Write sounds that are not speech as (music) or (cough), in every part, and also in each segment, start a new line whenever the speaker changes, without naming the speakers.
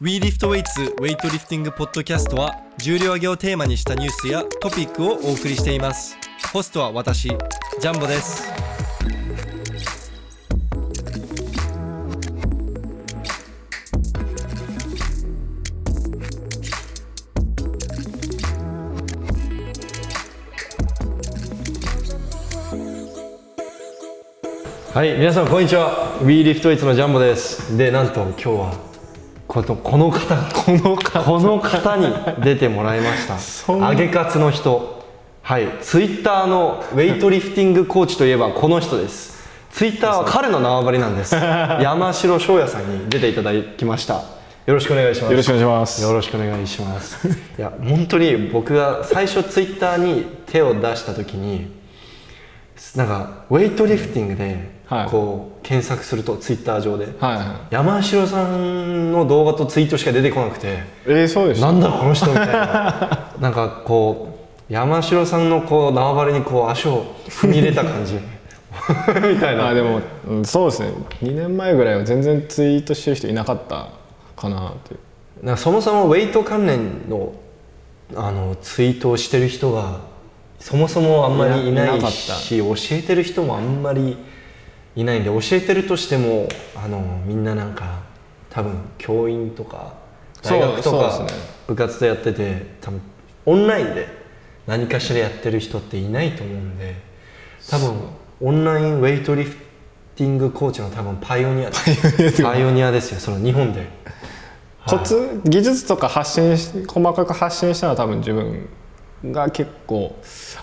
WeLiftWeights ウェイトリフティングポッドキャストは重量挙げをテーマにしたニュースやトピックをお送りしていますホストは私ジャンボですはい皆さんこんにちは WeLiftWeights のジャンボですでなんと今日はことこの方が
このか
この方に出てもらいました
そんな
揚げカツの人はいツイッターのウェイトリフティングコーチといえばこの人ですツイッターは彼の縄張りなん (laughs) です山城翔也さんに出ていただきましたよろしくお願いします
よろしくお願いします
よろしくお願いしますいや本当に僕が最初ツイッターに手を出した時になんかウェイトリフティングで
はい
こう検索するとツイッター上で、
は
山城さんの動画とツイートしか出てこなくて
いえー、そうでした
なんだこの人みたい
(laughs)
ななんかこう山城さんのこう縄張りにこう足を踏み入れた感じ (laughs) みたいな
あでも、うん、そうですね2年前ぐらいは全然ツイートしてる人いなかったかなっていう
なんかそもそもウェイト関連のあのツイートをしてる人がそもそもあんまりいないい
なかった
し教えてる人もあんまりいないんで教えてるとしてもあのみんななんか多分教員とか
そう
大学と
そ
か
うですね
部活でやってて多分オンラインで何かしらやってる人っていないと思うんで多分オンラインウェイトリフティングコーチの多分パイオニアパイオニアですよその日本で。
コツ技術とか発信し細かく発信したのは多分自分が結構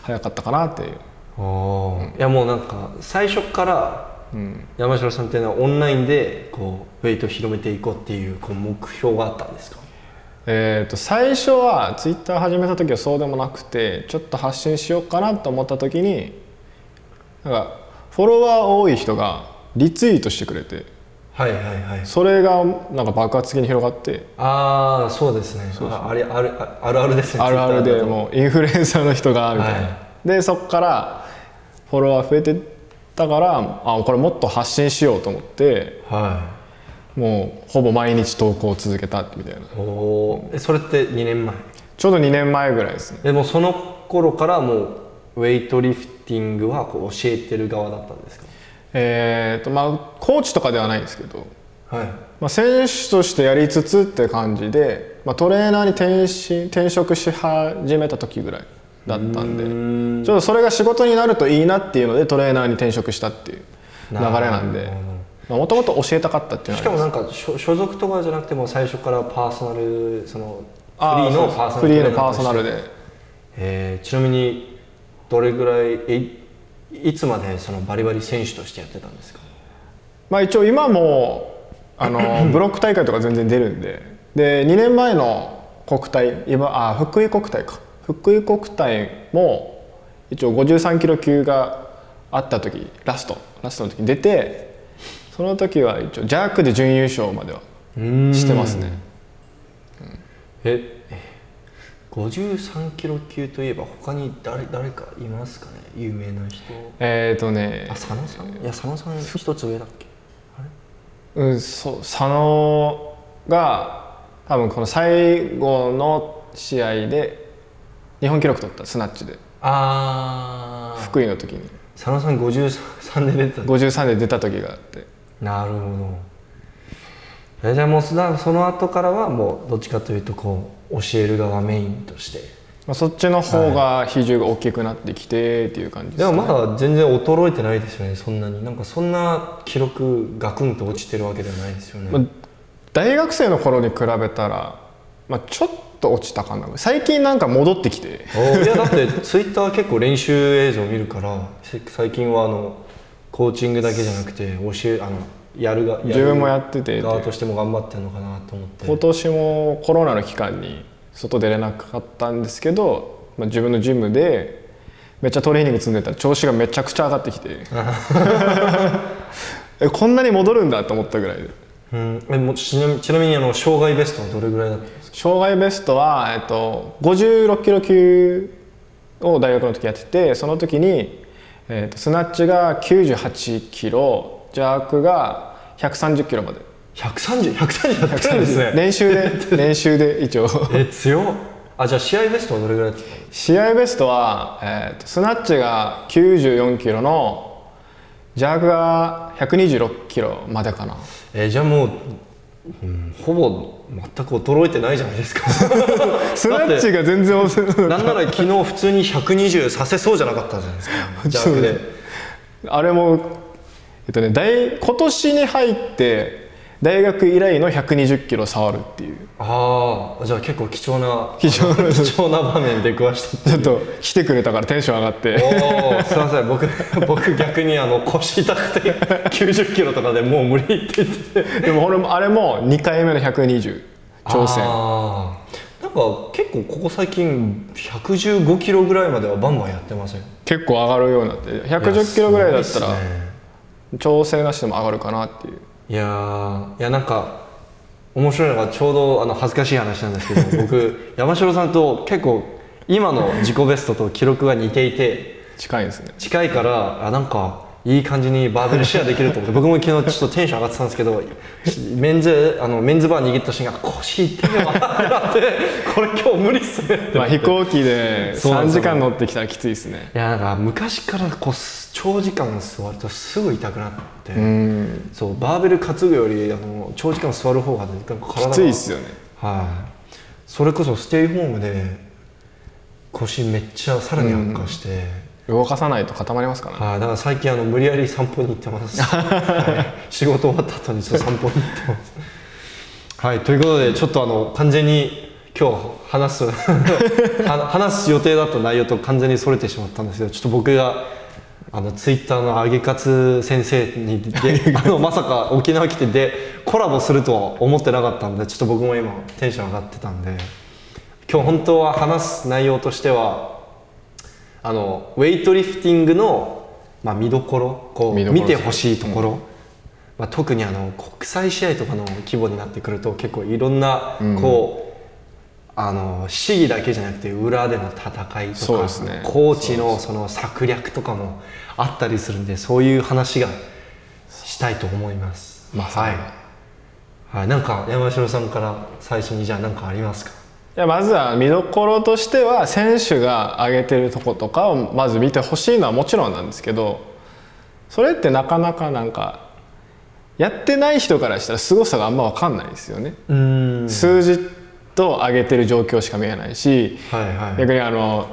早かったかなっていう、
おーいやもうなんか最初から
うん、
山城さんっていうのはオンラインでこうウェイトを広めていこうっていうこう目標があったんですか
えー、と最初はツイッター始めた時はそうでもなくてちょっと発信しようかなと思った時になんかフォロワー多い人がリツイートしてくれて
はいはいはい
それがなんか爆発的に広がって
ああそうですねああれあるああるあるですね
あるある
Twitter
で
だと
もうインフルエンサーの人がみたいな、
は
でそこからフォロワー増えてったからあこれもっと発信しようと思って
は
もうほぼ毎日投稿を続けたみたいない
おおーえそれって2年前
ちょうど2年前ぐらいですね
でもその頃からもうウェイトリフティングはこう教えてる側だったんですか
えっ、とまあコーチとかではないんですけど、
はい
まあ、選手としてやりつつって感じで、まあ、トレーナーに転身転職し始めた時ぐらいだったんでちょっとそれが仕事になるといいなっていうのでトレーナーに転職したっていう流れな
な
んで
るほど
もともと教えたかったっていう
し
の
か
は
もなんか所所属とかじゃなくても最初からパーソナルそのフリ
あ
ーのパーソナル
フリーの
トレナ
パー
として
ソナルで
えーちなみにどれぐらいいいつまでそのバリバリ選手としてやってたんですか
まあ一応今もあのブロック大会とか全然出るんでで2年前の国体今あ福井国体か福井国体も一応53キロ級があった時ラストラストの時に出てその時は一応ジャークで準優勝まではしてますね
え53キロ級といえば他に誰誰かいますかね有名な人
えっ、とね
あ佐野さんいや佐野さん一つ上だっけ
うん、そう佐野が多分この最後の試合で日本記録取ったスナッチで
あ
福井の時に
佐野さん53で出てた
53で出た時があって
なるほどえじゃあもうそだその後からはもうどっちかというとこう教える側メインとして
まあ、そっちの方が比重が大きくなってきてっていう感じで
ですも
ね
まだ全然衰えてないですよねそんなになんかそんな記録ガクンと落ちてるわけではないですよね、
まあ大学生の頃に比べたら、まあ、ちょっと落ちたかな最近なんか戻ってきて
おいやだってツイッター結構練習映像見るからせ最近はあのコーチングだけじゃなくて教えあのやるが
自分もやってて
る側としても頑張ってるのかなと思って
今年もコロナの期間に外出れなかったんですけど、まあ、自分のジムでめっちゃトレーニング積んでたら調子がめちゃくちゃ上がってきてえこんなに戻るんだと思ったぐらいで
うんえもうちなみちなみにあの障害ベストはどれぐらいだったんですか
障害ベストは、えっと、56キロ級を大学の時やっててその時に、えっと、スナッチが98キロジャークが130キロまで
130、130やってるんですね。
練習
(laughs)
で練習で一応
え、強っ。あ、じゃあ試合ベストはどれぐらいだったの
試合ベストは、えーとスナッチが94キロのジャークが126キロまでかな
えーじゃあもう、うんほぼ全く衰えてないじゃないですか。
スナッチが全然遅い
(laughs) なんなら昨日普通に120させそうじゃなかったじゃないですか。
(laughs)
弱で。
あれもえっとね大今年に入って大学以来の120キロ触るっていう
ああ、じゃあ結構貴重な、
貴重な
あの貴重な場面で食わしたって
ちょっと来てくれたからテンション上がっ
お
て
ーすいません僕 (laughs) 僕逆にあの腰痛くて90キロとかでもう無理って言ってて
でも俺もあれも2回目の120挑戦
あーなんか結構ここ最近115キロぐらいまではバンバンやってません
結構上がるようになって110キロぐらいだったら調整なしでも上がるかなっていう
いやーいやなんか面白いのがちょうどあの恥ずかしい話なんですけ
(laughs)
ど僕山城さんと結構今の自己ベストと記録が似ていて
近いですね
近いからあなんかいい感じにバーベルシェアできると思って僕も昨日ちょっとテンション上がってたんですけどちメンズあのメンズバー握った瞬間腰痛いわってなってこれ今日無理っすねって
まあ飛行機で
そうなん
3
です
時
よ
間乗ってきたらきついですね
いやなんか昔からこうす長時間座るとすぐ痛くなって、
うん
そうバーベル担ぐよりあの長時間座る方が、ね、なんか体
き
が
ついっすよね
はい、それこそステイホームで腰めっちゃさらに悪化して、
動かさないと固まりますからね
はい、だから最近あの無理やり散歩に行って
(laughs)
ます、はい、仕事終わった後にちょっと散歩に行ってますはいということでちょっとあの完全に今日話す (laughs) は話す予定だった内容と完全にそれてしまったんですけどちょっと僕があのツイッターのあげかつ先生にで
(laughs)
あのまさか沖縄来てでコラボするとは思ってなかったんでちょっと僕も今テンション上がってたんで今日本当は話す内容としてはあのウェイトリフティングの、まあ、見どころこう
見どころ
見てほしいところ、まあ、特にあの国際試合とかの規模になってくると結構いろんな、
うん
こうあの試技だけじゃなくて裏での戦いと
そうで
か、
すね
コーチのその策略とかもあったりするんでそういう話がしたいと思います。
まさ
は
に
いはい、なんか山城さんから最初にじゃあ何かありますか
いやまずは見どころとしては選手が挙げてるとことかをまず見てほしいのはもちろんなんですけどそれってなかなかなんかやってない人からしたら凄さがあんま分かんないですよね、
うーん
数字と上げてる状況しか見えないし
はいはい
逆にあの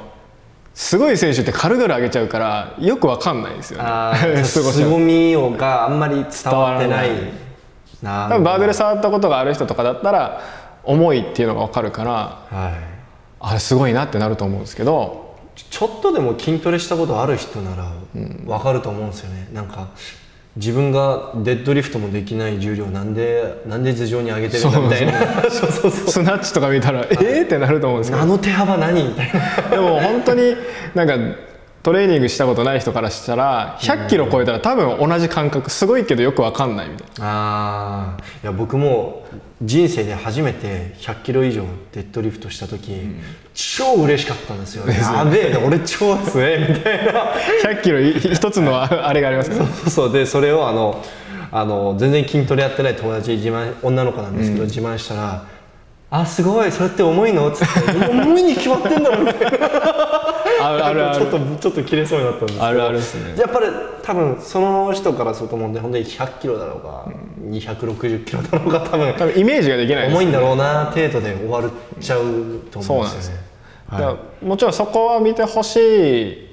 すごい選手って軽々上げちゃうからよく分かんないですよ
(laughs)
(laughs)
あ
ね
あ、
凄さ
凄みをがあんまり伝わってない
伝わら。
な
多分バーベル触ったことがある人とかだったら重いっていうのが分かるから
はい。
あれすごいなってなると思うんですけど
ちょちょっとでも筋トレしたことある人ならわかると思うんですよね。なんか自分がデッドリフトもできない重量なんでなんで頭上に上げてるんだみたいな。そうそうそう。
スナッチとか見たら、えーってなると思うんです
(laughs)
け
あの手幅何みたいな。 (laughs)
ど、でも本当になんかトレーニングしたことない人からしたら、100キロ超えたら多分同じ感覚、すごいけどよくわかんないみたいな。
ああいや僕も人生で初めて100キロ以上デッドリフトした時、超嬉しかったんですよ、やべえ俺超強えみたいな
100キロい一つのああれがありますから。
そう (laughs) そうでそれをあのあの全然筋トレやってない友達に自慢女の子なんですけど、自慢したら「あすごいそれって重いの?」っつって (laughs) 「もう重いに決まってんだろ」みたいな
あ (laughs) るあるあ
ちょっ
る。
とちょっと切れそうになったんですけど
あるあるですね。
やっぱり多分その人からすると思うんで本当に100キロだろうが、260キロだろうが
(laughs)
多分
多分イメージができないです
重いんだろうな程度で終わっちゃうと思うんですよね。
だからもちろんそこは見てほしい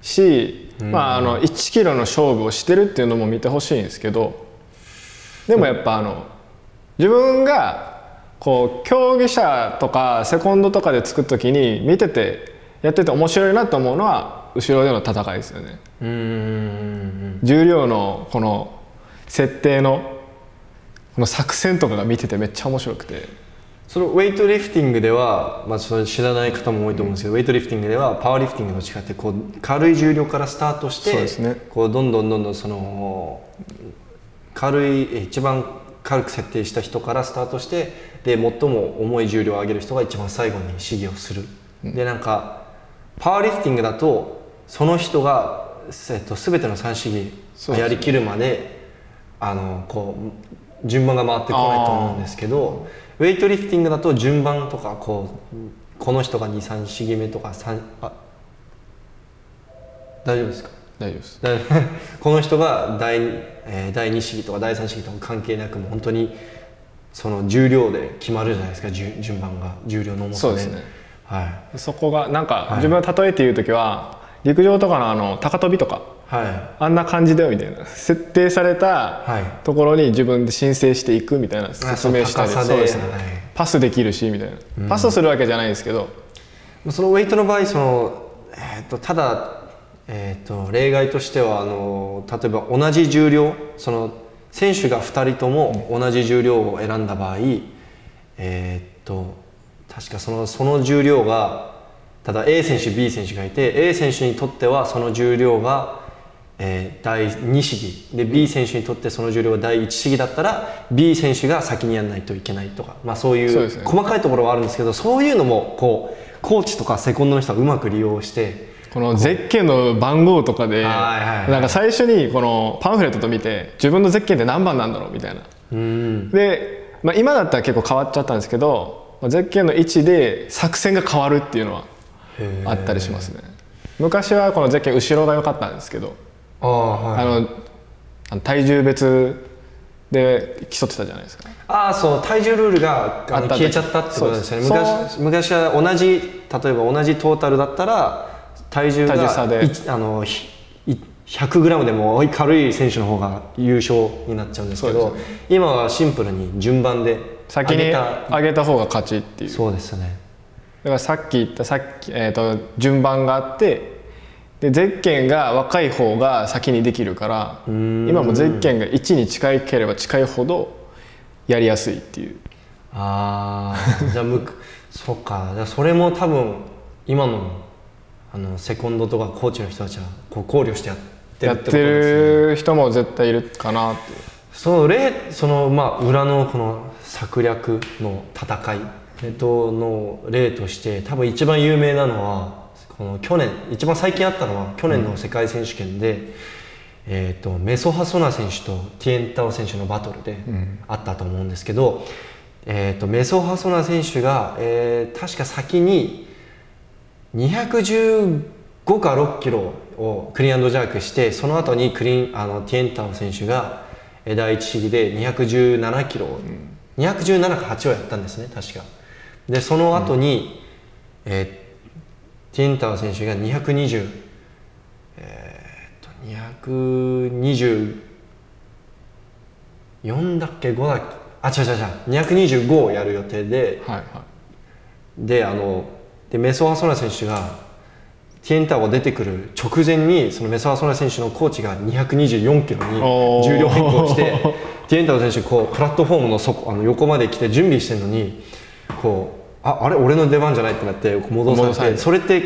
し、まあ、あの1キロの勝負をしてるっていうのも見てほしいんですけどでもやっぱあの自分がこう競技者とかセコンドとかでつく時に見ててやってて面白いなと思うのは後ろでの戦いですよね。
うーん
重量のこの設定のこの作戦とかが見ててめっちゃ面白くて。
そのウェイトリフティングでは、まあ、その知らない方も多いと思うんですけど、ウェイトリフティングではパワーリフティングと違ってこう軽い重量からスタートして
そうですね
こうどんどんどんどんその軽いえ一番軽く設定した人からスタートしてで最も重い重量を上げる人が一番最後に試技をする、でなんかパワーリフティングだとその人が、えっと、全ての3試
そ
技
うですね
やりきるまであのこう順番が回ってこないと思うんですけどウェイトリフティングだと順番とかこうこの人が234決めとか3あ大丈夫ですか (laughs)
大丈夫です
だこの人が第,、えー第2試技とか第3試技とか関係なくもう本当にその重量で決まるじゃないですか順順番が重量の重さ
そう
で
ですね
はい
そこがなんか自分が例えて言う時は、陸上とかのあの高跳びとか
は
あんな感じだよみたいな設定さ
は
れ
い
たところに自分で申請していくみたいない説明した
あ
り
そう高さで
そうですね
はい
パスできるしみたいな、パスするわけじゃないですけど
そのウェイトの場合その、えー、とただ、えー、と例外としてはあの例えば同じ重量その選手が2人とも同じ重量を選んだ場合、えー、と確かそのその重量がただ A 選手 B 選手がいて A 選手にとってはその重量が、えー第2試技で B 選手にとってその重量が第1試技だったら B 選手が先にやらないといけないとか、まあ、そうい
そう
う
ですね
細かいところはあるんですけどそういうのもこうコーチとかセコンドの人はうまく利用して
このゼッケンの番号とかで
はいはいはい
なんか最初にこのパンフレットと見て自分のゼッケンって何番なんだろうみたいな
うん
で、まあ、今だったら結構変わっちゃったんですけどまあゼッケンの位置で作戦が変わるっていうのは
へー
あったりしますね昔はこのゼッケン後ろが良かったんですけど
ああはい
あのあの体重別で競ってたじゃないですか
ああそう体重ルールがあ
あ
の
ったんだ
消えちゃったってことですよね
そうです
昔昔は同じ例えば同じトータルだったら体重が
体重差で
いあのひい 100g でも軽い選手の方が優勝になっちゃうんですけ
そ
ど
う
今はシンプルに順番で
先に
上げた
上げた方が勝ちっていうだ
そうですね
からさっき言ったさっき、えー、と順番があってでゼッケンが若い方が先にできるから今もゼッケンが1に近ければ近いほどやりやすいっていう
ああ
(laughs)
じゃあむくそっかじゃあそれも多分今のあのセコンドとかコーチの人たちはこう考慮してやってる
や
っ
って
ことです
て
ね
る人も絶対いるかなっていう
その例そのまあ裏のこの策略の戦いえっとの例として多分一番有名なのはこの去年一番最近あったのは去年の世界選手権で、えっとメソハソナ選手とティエンタオ選手のバトルであったと思うんですけど、えっとメソハソナ選手が、えー確か先に215か6キロをクリーンジャークしてその後にクリーンあのティエンタオ選手がえー第1試技で217キロを、217か8をやったんですね確かでその後に、えーティエンタオ選手が220えーっと224だっけ5だっけあ違う違う違う225をやる予定で
はいはい
であのでメソアソナ選手がティエンターが出てくる直前にそのメソアソナ選手のコーチが224キロ
お
に
ー
重量変更してティエンター選手こうプラットフォームの底あの横まで来て準備してるのにこうああれ俺の出番じゃないってなってこう戻
戻
さ
され
れて
て
それって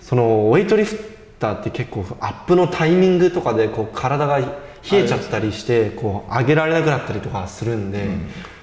そのウェイトリフターって結構アップのタイミングとかでこう体が冷えちゃったりしてこう上げられなくなったりとかするんで、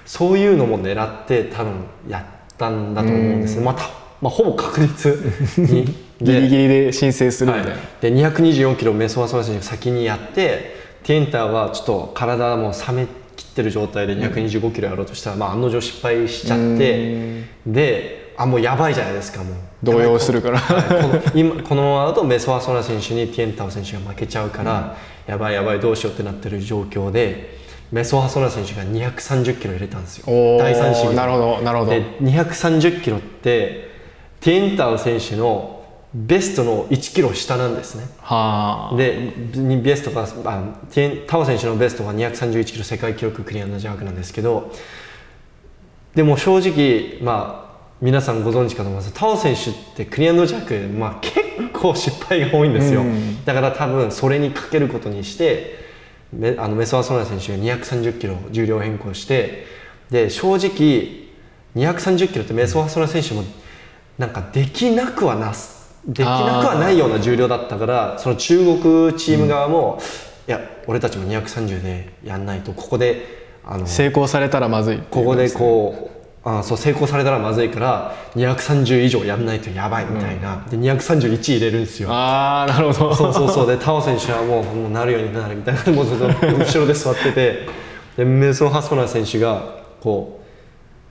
そういうのも狙って多分やったんだと思うんですねまた、まあ、ほぼ確実
(laughs)
に
ギリギ
リ
リで申請するみたいな、
で224キロメソワソワ選手が先にやってティエンターはちょっと体も冷めきってる状態で225キロやろうとしたら、まあ、案の定失敗しちゃってであもうやばいじゃないですかもう
動揺するから
この今このままだとメソアソナ選手にティエンタオ選手が負けちゃうから、やばいやばいどうしようってなってる状況でメソアソナ選手が230キロ入れたんですよ
おー
第3試技で
なるほどなるほど
で230キロってティエンタオ選手のベストの1キロ下なんですね
はあ
でにベストがあティエンタオ選手のベストが231キロ世界記録クリアのジャークなんですけどでも正直、まあ、皆さんご存知かと思いますタオ選手ってクリアンドジャック、まあ、結構失敗が多いんですよ、だから多分それにかけることにしてめあのメソアソナ選手が230キロ重量変更してで正直230キロってメソアソナ選手もなんかできなくはなすできなくはないような重量だったからその中国チーム側も、いや俺たちも230でやんないとここであの
成功されたらまずいっていう
ここでこうあそう成功されたらまずいから230以上やんないとやばいみたいな、で231入れるんですよ
ああなるほど
そうそうそうでタオ選手はもうもうなるようになるみたいなもうずっと後ろで座っててででメソン・ハスパナー選手がこ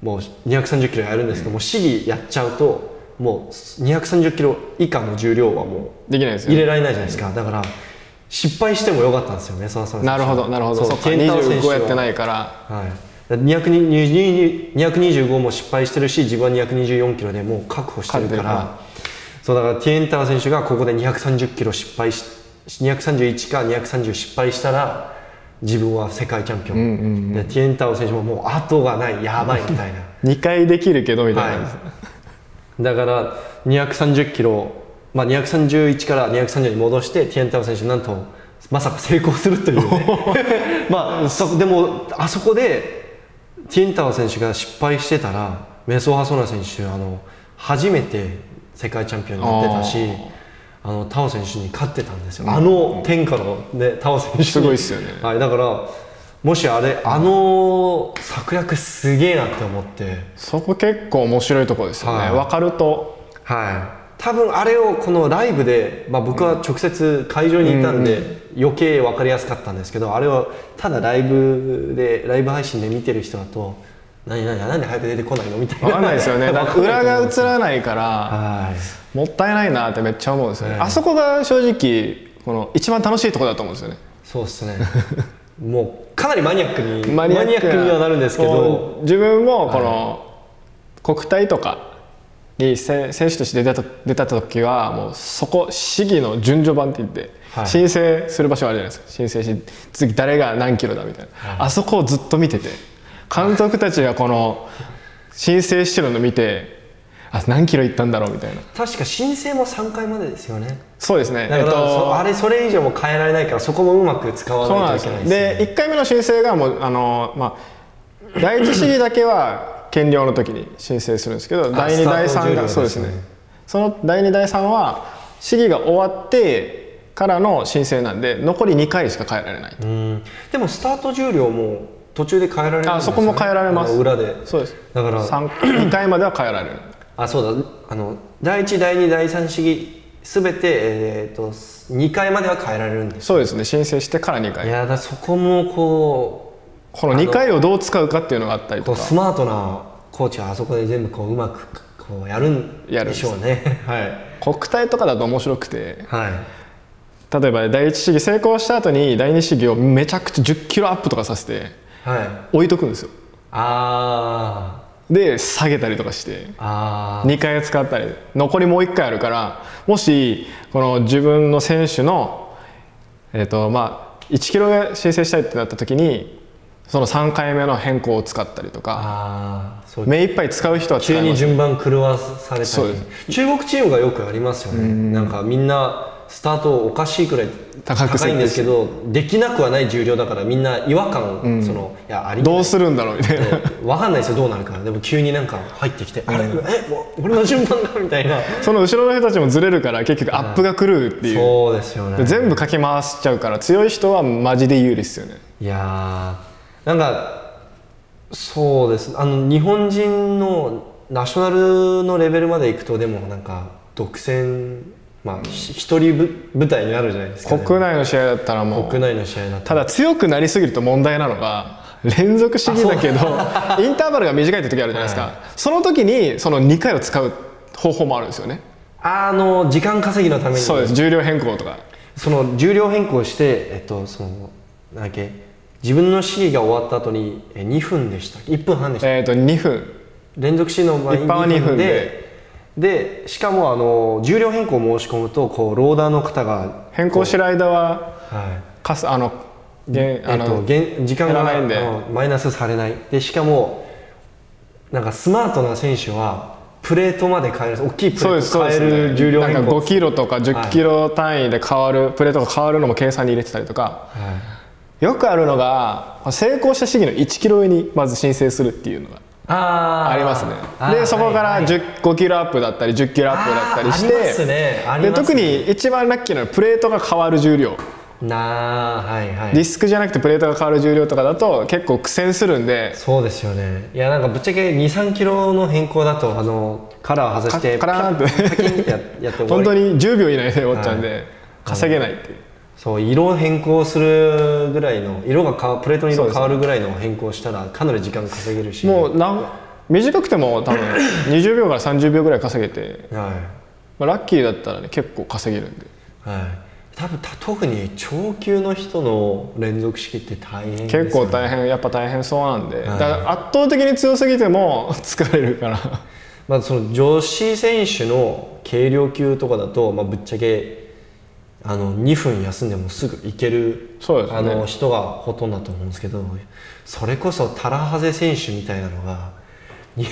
うもう230キロやるんですけど、もう試技やっちゃうともう230キロ以下の重量はもう
できないですよ
入れ
ね
られないじゃないですか、だから失敗してもよかったんですよメソン・ハスパナー選手
なるほどなるほどそっか
ケンタロウ選手
25
は
やってないから
はい、220 225も失敗してるし自分は224キロでもう確保してるから
勝
そうだからティエンター選手がここで230キロ失敗し231か230失敗したら自分は世界チャンピオン、でティエンター選手ももう後がないやばいみたいな。
2回できるけどみたいな、
はい、だから230キロ、まあ、231から230に戻してティエンタオ選手なんとまさか成功するという
(laughs)
ねまあそでもあそこでティエンタオ選手が失敗してたらメソハソナ選手あの初めて世界チャンピオンになってたしあのタオ選手に勝ってたんですよ、あの天下の、ね、タオ選手に
すごいっすよね
はい、だからもしあれあの策略すげえなって思って。
そこ結構面白いところですよね、
はい
分かると
はい、多分あれをこのライブで、まあ、僕は直接会場にいたんで余計分かりやすかったんですけどあれをただライブでライブ配信で見てる人だと「何何何で早く出てこないの?」みたいな
分かんないですよ
(laughs)
(laughs) ね
わ
なん
か
か
んない
裏が映らないから、
はい
もったいないなってめっちゃ思うんですよね、
はい
あそこが正直この一番楽しいところだと思うんですよね
そうです
(laughs)
ねもうかなりマニアックにマ
マニ
ニ
ア
ア
ックな
ックにはなるんですけ
こ
ど
う自分もこの国体とかにせ選手として出た出た時はもうそこ市議の順序版って言って、
はい
申請する場所あるじゃないですか申請し次誰が何キロだみたいな、あそこをずっと見てて監督たちがこの申請してるの見てあ何キロいったんだろうみたいな
確か申請も3回までですよね
そうですね
だから、
えっと
そあれそれ以上も変えられないからそこもうまく使わ
そうな
なんい
です
といけな
よ
いですよね
で1回目の申請がもうあのまあ第一試技だけは減量の時に申請するんですけど第2
スター
第
ト重
3
量
が
ですね
そうですねその第2第3は試技が終わってからの申請なんで残り2回しか変えられないと
うんでもスタート重量も途中で変えられるんですよね
あそこも変えられます
あの裏で
そうです
だから
2回までは変えられる
あそうだあの第1第2第3試技すべて、えー、と2回までは変えられるんです
そうですね申請してから2
い
回
やだそこもこ
この2回をどう使うかっていうのがあったり
うことう
か
スマートなコーチはあそこで全部こううまくこうやるん
や
で
るんです
しょうねはい
国体とかだと面白くて
(laughs) はい
例えば第一試技成功した後に第二試技をめちゃくちゃ1 0キロアップとかさせて
はい
置いとくんですよ
あ
で下げたりとかして
ーあー
2回使ったり残りもう1回あるからもしこの自分の選手のえっ、とまあ1キロが申請したいってなった時にその3回目の変更を使ったりとか
あーそう
目いっぱい使う人は使
急
い
に
ます
順番狂わされた
そう
り
で
中国チームがよくありますよねなんかみんなスタートおかしいくらい
高く設
高
定
いんですけどできなくはない重量だからみんな違和感、そのいやあり
どうするんだろうみたいな
分かんないですよどうなるかでも急になんか入ってきて、あれえもう俺の順番だみたいな
その後ろの人たちもずれるから結局アップが狂うっていう
そうですよね
全部かき回しちゃうから強い人はマジで有利ですよね
いやーなんかそうですあの日本人のナショナルのレベルまで行くとでもなんか独占まあひ一人ぶ舞台になるじゃないですか、ね、
国内の試合だったらもう
国内の試合になって
ただ強くなりすぎると問題なのが連続試技だけど
(laughs)
インターバルが短いって時あるじゃないですか、
は
その時にその2回を使う方法もあるんですよね、
あの時間稼ぎのために
そうです重量変更とか
その重量変更してえっとそのなんだっけ自分の試技が終わった後にえ2分でした1分半でした
えっ、と2分
連続試技の場合
一般は2分で
でしかもあの重量変更を申し込むとこうローダーの方が
変更してる間は
はい
かすあのげん
え
あ
っと
の、
現時間
減ら
が
ないんで
あのマイナスされないでしかもなんかスマートな選手はプレートまで変える大きいプレ
そうで
ー
す
ト
そう
を
で
変え
す、
る重量
なんか
変更
5キロとか10キロ単位で変わる、プレートが変わるのも計算に入れてたりとか
はい
よくあるのが成功した試技の1キロ上にまず申請するっていうのが
あー
ありますね
あー
でそこから10 5キロアップだったり10キロアップだったりし
あーあります
て、
ねあり
で
ますね
特に一番ラッキーなのはプレートが変わる重量
なあはいはい
ディスクじゃなくてプレートが変わる重量とかだと結構苦戦するんで
そうですよねいやなんかぶっちゃけ23キロの変更だとあのカラー外して
カカラーンって
パキンってややって終わり
本当に10秒以内で終わっちゃうんで、稼げないっていう
そう色変更するぐらいの色がかプレートの色が変わるぐらいの変更したらかなり時間稼げるし
もうなん短くても
(coughs)
多分20秒から30秒ぐらい稼げて、
は
まあ、ラッキーだったらね結構稼げるんで
い、はい、多分た特に長級の人の連続式って大変ですよね
結構大変やっぱ大変そうなんで、
い
だから圧倒的に強すぎても (laughs) 疲れるから
まあ、その女子選手の軽量級とかだと、まあ、ぶっちゃけあの2分休んでもすぐ行ける
そうですね
あの人がほとんどだと思うんですけどそれこそタラハゼ選手みたいなのがに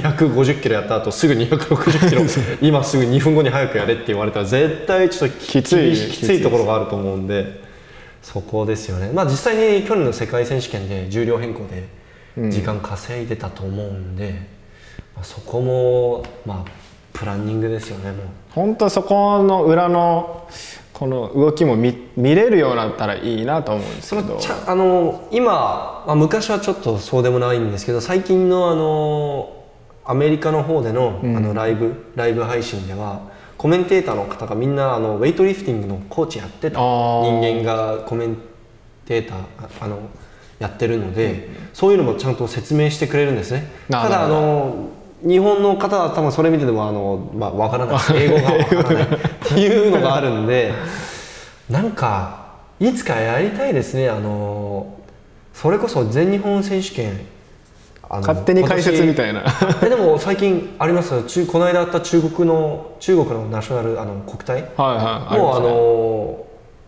250キロやった後すぐ260キロ
(laughs)
今すぐ2分後に早くやれって言われたら絶対ちょっとき
きつい
厳しき
きつい
ついところがあると思うんでそこですよね、まあ、実際に去年の世界選手権で重量変更で時間稼いでたと思うんで、まあ、そこも、まあ、プランニングですよねもう
本当そこの裏のこの動きも見見れるようになったらいいなと思うんですけど
ちゃあの今、まあ、昔はちょっとそうでもないんですけど最近のあのアメリカの方での,、あのライブライブ配信ではコメンテーターの方がみんなあのウェイトリフティングのコーチやってた
あ
人
ー
間がコメンテーターああのやってるので、そういうのもちゃんと説明してくれるんですね
な
た
るほど
だあの日本の方は多分それ見ててもあの、まあ、わからない英語がわからないっていうのがあるんでなんかいつかやりたいですねあのそれこそ全日本選手権あの
勝手に解説みたいな
今年えでも最近ありますよ中この間あった中国の中国のナショナルあの国体
はいはい
もうあ
りますね
の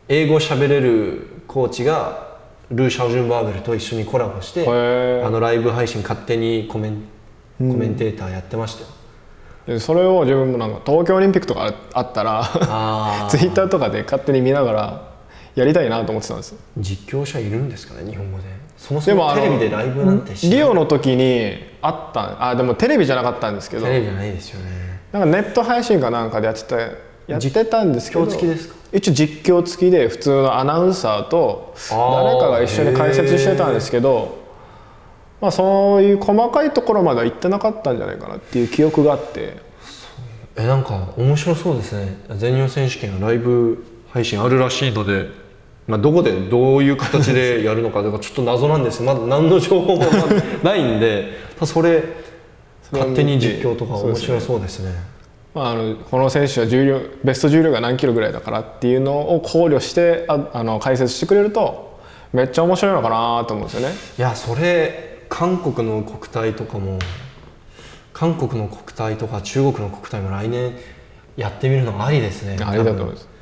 英語喋れるコーチがルー・シャオジュンバーベルと一緒にコラボして
へー
あのライブ配信勝手にコメンコメンテーターやってましたよ、
でそれを自分もなんか東京オリンピックとかああったら
あ
ツイッターとかで勝手に見ながらやりたいなと思ってたんですよ
実況者いるんですかね日本語でそもそ
でも
も
あの
テレビでライブなんてしない
リオの時にあったあでもテレビじゃなかったんですけど
テレビじゃないですよね
なんかネット配信かなんかでやってたやってたんですけど
実況付きですか
一応実況付きで普通のアナウンサーと
あー
誰かが一緒に解説してたんですけどまあそういう細かいところまでは行ってなかったんじゃないかなっていう記憶があって
えなんか面白そうですね全日本選手権はライブ配信あるらしいので、まあ、どこでどういう形でやるのかだからちょっと謎なんですまだ何の情報もないんでただそれ
れは
勝
見
手
て
に実況とか
そう
面
ですね
白そうですね
まあ、あのこの選手は重量ベスト重量が何キロぐらいだからっていうのを考慮してああの解説してくれるとめっちゃ面白いのかなと思うんですよね。
いやそれ韓国の国体とかも韓国の国体とか中国の国体も来年やってみるのもありですね
あれだと思います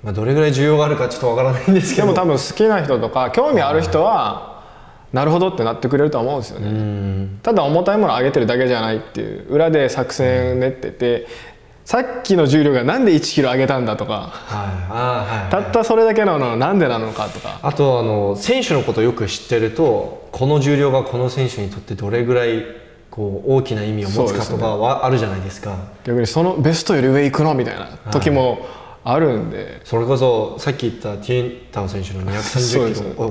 まあ、どれぐらい需要があるかちょっとわからないんですけ
で
ど
も多分好きな人とか興味ある人はなるほどってなってくれるとは思うんですよね、ただ重たいもの上げてるだけじゃないっていう裏で作戦練ってて、さっきの重量がなんで1キロ上げたんだとか
はいあーはいはい
たったそれだけなのなんでなのかとか
あとあの選手のことをよく知ってるとこの重量がこの選手にとってどれぐらいこう大きな意味を持つ
そうで
か
す
と
ね
かはあるじゃないですかそ
逆にそのベストより上行くのみたいな時もあるんで、
れこそさっき言ったティエンタオ選手の
そ
230
うで
キ
す
ロ
ね
お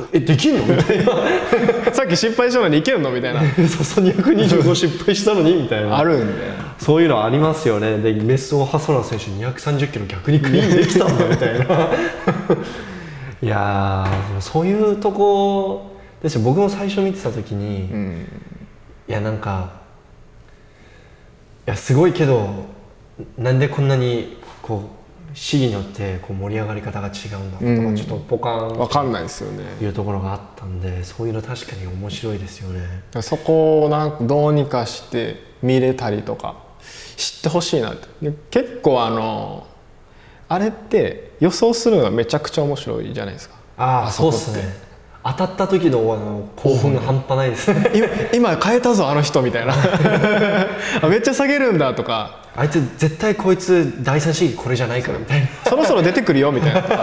おえできんのみたいな
さっき失敗したのにいけるのみたいな
そうそう225失敗したのにみたいな
あるんで
そういうのありますよねでメスをハソラ選手230キロ逆にクリーンできたんだみたい
(laughs)
ないやーでもそういうとこですよ僕も最初見てた時に、いやなんかいやすごいけどなんでこんなにこう市議によってこう盛り上がり方が違うんだとか、
うん
ちょっとポカ
分
ン
かんないですよね
いうところがあったんでそういうの確かに面白いですよね
そこをなんかどうにかして見れたりとか知ってほしいなってで結構あのあれって予想するのがめちゃくちゃ面白いじゃないですか
ああ
あ
そうっ
そこ
すね当たった時のあの興奮が半端ないですね
今今変えたぞあの人みたいな (laughs) あめっちゃ下げるんだとか
あいつ絶対こいつ第三試技これじゃないからみたいな
そろそろ出てくるよみたいなとか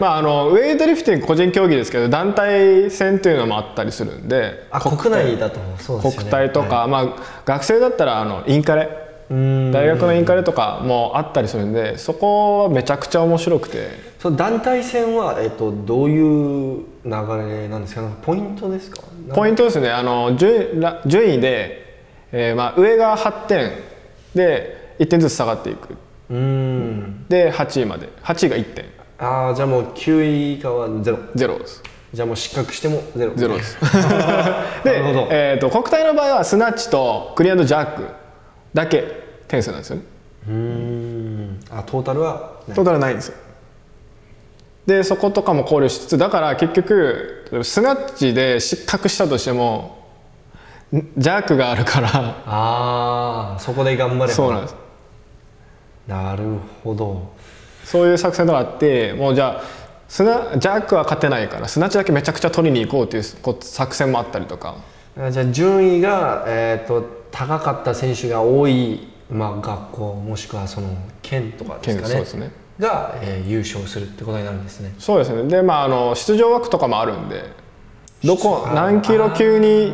まああのウェイトリフティング個人競技ですけど団体戦というのもあったりするんで
あ国内だとそうで
国
すよね
体とか、まあ、学生だったらあのインカレ
うーん
大学のインカレとかもあったりするんでそこはめちゃくちゃ面白くて
その団体戦は、えっとどういう流れなんですかなんかポイントですか
ポイントですねあの順位ら順位で、えーまあ、上が8点で1点ずつ下がっていく
うーん
で8位まで8位が1点
ああじゃあもう9位以下はゼロ
ゼロです
じゃあもう失格してもゼロ
ゼ
(laughs)
ロです
なるほど、
えー、と国体の場合はスナッチとクリアジャックだけ点数なんですよね
うーんあトータルはない
トータルないんですよでそことかも考慮しつつだから結局例えばスナッチで失格したとしてもんジャークがあるから
ああそこで頑張れば
そうなんです
なるほど
そういう作戦とかあってもうじゃあスナジャークは勝てないからスナッチだけめちゃくちゃ取りに行こうっていうこう作戦もあったりとか
あじゃあ順位が、えー、と高かった選手が多い、まあ、学校もしくはその県とかですかね
県そうですね
が、えー優勝するってことになるんですね
そうですねでまああの出場枠とかもあるんでどこ何キロ級に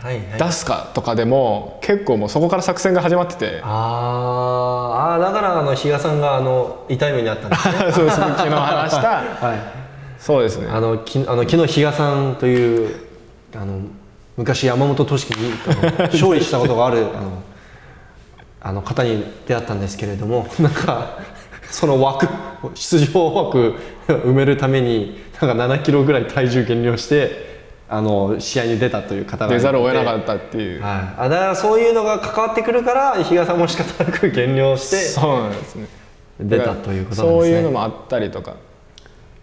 はいはい
出すかとかでも結構もうそこから作戦が始まってて
あーあーだからあの比嘉さんがあの痛い目にあったんです
(laughs)
ね
そうですね昨日話した
はい
そうですね
あのきあの昨日比嘉さんというあの昔山本俊樹にあ
(laughs)
の勝利したことがあるあのあの方に出会ったんですけれども (laughs) なんかその枠出場枠 (laughs) 埋めるためになんか7キロぐらい体重減量してあの試合に出たという方がい
出
て
ざるを得なかったっていう、
はい、あだからそういうのが関わってくるから比嘉さんも仕方なく減量して
そうなんですね
出たということなん
そう
ですね
いうのもあったりとか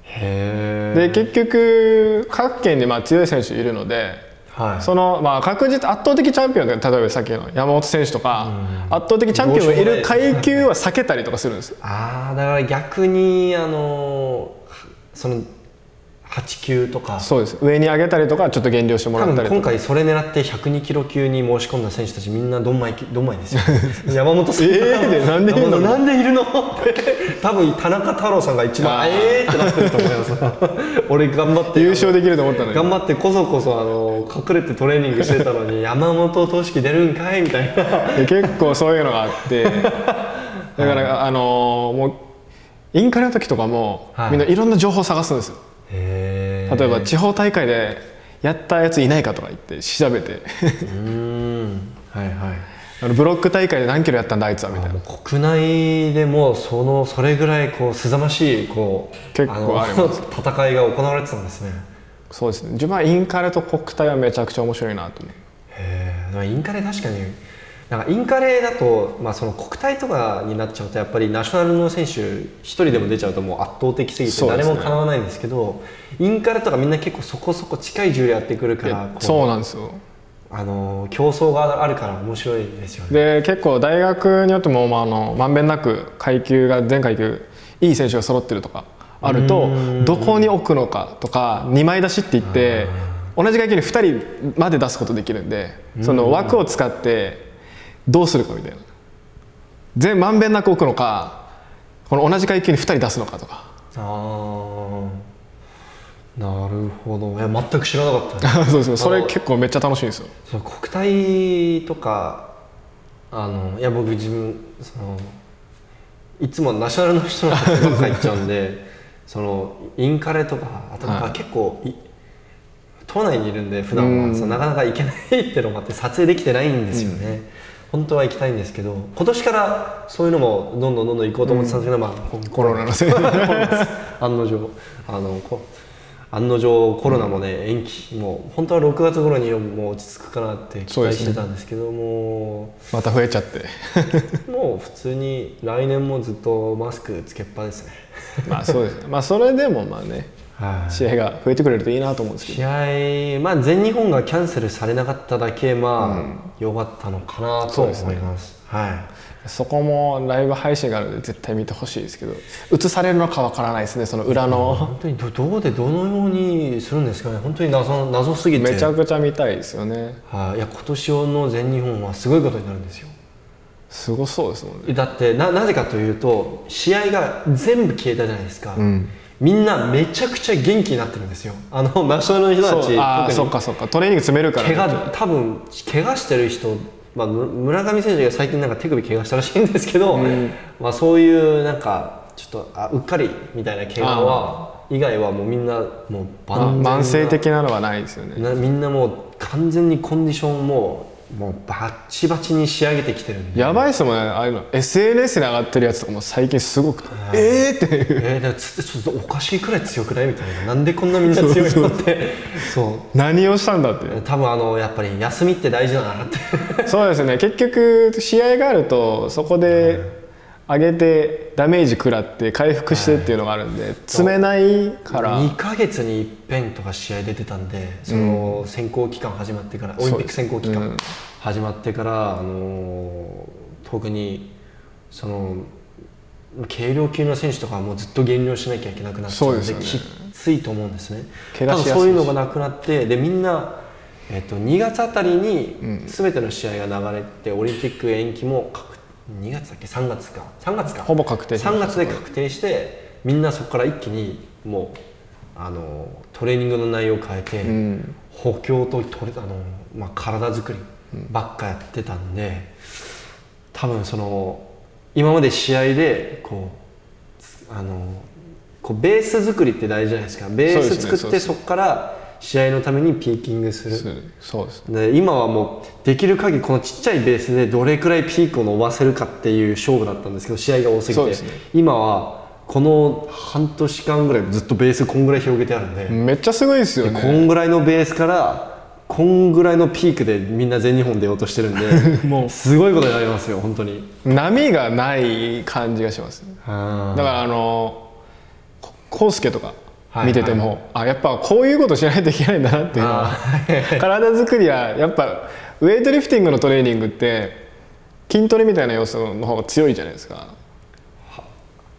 へ
で結局各県にまあ強い選手いるので
はい、
そのまあ確実圧倒的チャンピオンで例えばさっきの山本選手とか圧倒的チャンピオンがいる階級は避けたりとかするんですよ
ああだから逆にあのーその8級とか
そうです上に上げたりとかちょっと減量しても
多
らった
分
りと
今
か
回それ狙って102キロ級に申し込んだ選手たちみんなどんまいきどんまいですよ
(laughs)
山本さん
えーでなんでいるの
山本なんでいるのって多分田中太郎さんが一
あ
番
ー
ええーってなってると思います
(laughs)
俺頑張って
優勝できると思ったのに
頑張ってこそこそあの隠れてトレーニングしてたのに山本俊樹出るんかいみたいな
で結構そういうのがあって
(laughs)
だからあのーもうインカレの時とかも
はい
みんないろんな情報探すんですよ
へ
例えば地方大会でやったやついないかとか言って調べて
うーんはいはい
あのブロック大会で何キロやったんだあいつはみたいな
もう国内でもそのそれぐらいこうすざましいこう
結構あり
の
ます
戦いが行われてたんですね
そうですね自分はインカレと国体はめちゃくちゃ面白いなと思う
へえインカレ確かになんかインカレだと、まあ、その国体とかになっちゃうとやっぱりナショナルの選手一人でも出ちゃうともう圧倒的すぎて
そうで
誰
すね
もかなわないんですけどインカレとかみんな結構そこそこ近い重量やってくるか
い
ら
や
こう
そうなんですよ
あの競争があるから面白いですよね
で結構大学によってもまああのまんべんなく階級が全階級いい選手が揃ってるとかあるとどこに置くのかとか2枚出しって言って同じ階級に2人まで出すことできるんでその枠を使ってどうするかみたいな全まんべんなく置くのかこの同じ階級に2人出すのかと (laughs) か
ああなるほどいや全く知らなかったです
そうですねそれ結構めっちゃ楽しいんですよ
その国体とかあのいや僕自分そのいつもナショナルの人の話ばっかり行っちゃうんで (laughs) そのインカレとかあとなん
は
か
い
結構、い都内にいるんで普段
うん
はそのなかなか行けないってのもあって撮影できてないんですよね、本当は行きたいんですけど今年からそういうのもどんどんどんどん行こうと思ってたんですけど、まあこ
コロナのせいで
(laughs) 案の定あのこ案の定コロナもね延期もう本当は6月頃にもう落ち着くかなって期
そうで
待
すね
してたんですけど
(laughs)
も
(laughs) また増えちゃって
もう普通に来年もずっとマスクつけっぱですね
まあそうですねまあそれでもまあね試合が増えてくれるといいなと思うんですけど
試合、まあ、全日本がキャンセルされなかっただけまあ良、かったのかなと
そう
思
ですね
いますは
そこもライブ配信があるので絶対見てほしいですけど映されるのかわからないですねその裏
い
の
本当にどどこでどのようにするんですかね本当に謎謎すぎて
めちゃくちゃ見たいですよね
はいいや今年の全日本はすごいことになるんですよ
すごそうですもんね
だってななぜかというと試合が全部消えたじゃないですか、
ん
みんなめちゃくちゃ元気になってるんですよあの (laughs) ナショナルの人た
そうああ
ち
そ
特
っ
に
かそっかトレーニング詰めるからね、
怪我多分怪我してる人、まあ、む村上選手が最近なんか手首怪我したらしいんですけど、まあ、そういうなんかちょっとあうっかりみたいな怪我は以外はもうみんなもう
まあ
万全な
慢性的なのはないですよね
なみんなもう完全にコンディションももうバッチバチに仕上げてきてるんで
やばいっすもんねああいうの SNS に上がってるやつとかも最近すごくてえーって (laughs) いう
えー、だからつってちょっとおかしいくらい強くないみたいななんでこんなみんな強いのってそ
何をしたんだっていう
う多分あのやっぱり休みって大事だなって
そうですね結局試合があるとそこで上げてダメージ食らって回復してっていうのがあるんで詰めないから
2ヶ月に一遍とか試合出てたんでその選考期間始まってから、オリンピック選考期
うん
間始まってから、あのー特にその軽量級の選手とかはもうずっと減量しなきゃいけなくなっちゃうんで
そうで
き
すよね
ついと思うんですね
怪我しやすいした
だそういうのがなくなってでみんな、えっと2月あたりに全ての試合が流れて、オリンピック延期も確2月だっけ3月か3月か
ほぼ確定しまし
3
た
月で確定してみんなそこから一気にもうあのトレーニングの内容を変えて、
ん
補強とトレあの、まあ、体作りばっかやってたんで多分その今まで試合でこうつあのこうベース作りって大事じゃないですかベー
そうで
ス
す
作
ねそ
っ
うで
て
す
そこから試合のためにピーキングする
そうそうです
で今はもうできる限りこのちっちゃいベースでどれくらいピークを伸ばせるかっていう勝負だったんですけど試合が多すぎ
そう
て、
ですね
今はこの半年間ぐらいずっとベースこんぐらい広げてあるんで、
めっちゃすごいですよ
こ
ね
んぐらいのベースからこんぐらいのピークでみんな全日本出ようとしてるんで
(laughs) もう
すごいことになりますよ本当に
波がない感じがしますだか
あ
らあのこ康介とか見てても、
はい
あやっぱこういうことしないといけないんだなっていうのは
あー
(laughs) 体作りはやっぱウェイトリフティングのトレーニングって筋トレみたいな要素の方が強いじゃないですか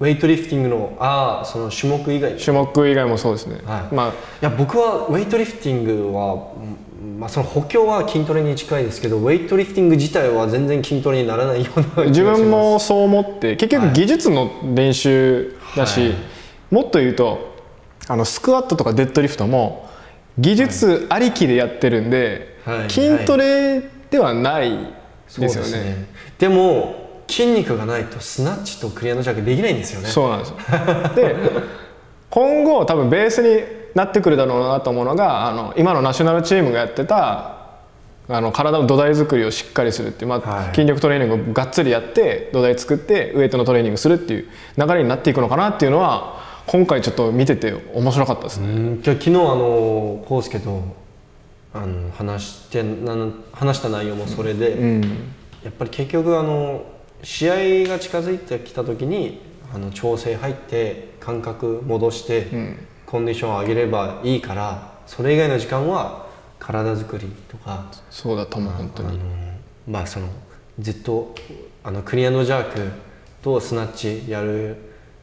ウェイトリフティングのああその種目以外に
種目以外もそうですね、
はい
まあ
いや僕はウェイトリフティングは、うんまあ、その補強は筋トレに近いですけどウェイトリフティング自体は全然筋トレにならないような気がします
自分もそう思って結局技術の練習だし、
はい
もっと言うとあのスクワットとかデッドリフトも技術ありきでやってるんで、
はい
筋トレではない
そうで
です
す
よ
よ
ね。
ねでも筋肉がないとスナッチとクリアのジャックできないんですよね
そうなんですよで今後多分ベースになってくるだろうなと思うのがあの今のナショナルチームがやってたあの体の土台作りをしっかりするっていう、まあ
はい
筋力トレーニングをがっつりやって土台作ってウエイトのトレーニングするっていう流れになっていくのかなっていうのは今回ちょっと見てて面白かったですね。
うんじゃあ昨日あの康介とあの話してな話した内容もそれで、やっぱり結局あの試合が近づいてきた時にあの調整入って感覚戻して、コンディションを上げればいいからそれ以外の時間は体作りとか
そうだと思う本当
あの
に
まあそのずっとあのクリアのジャークとスナッチやる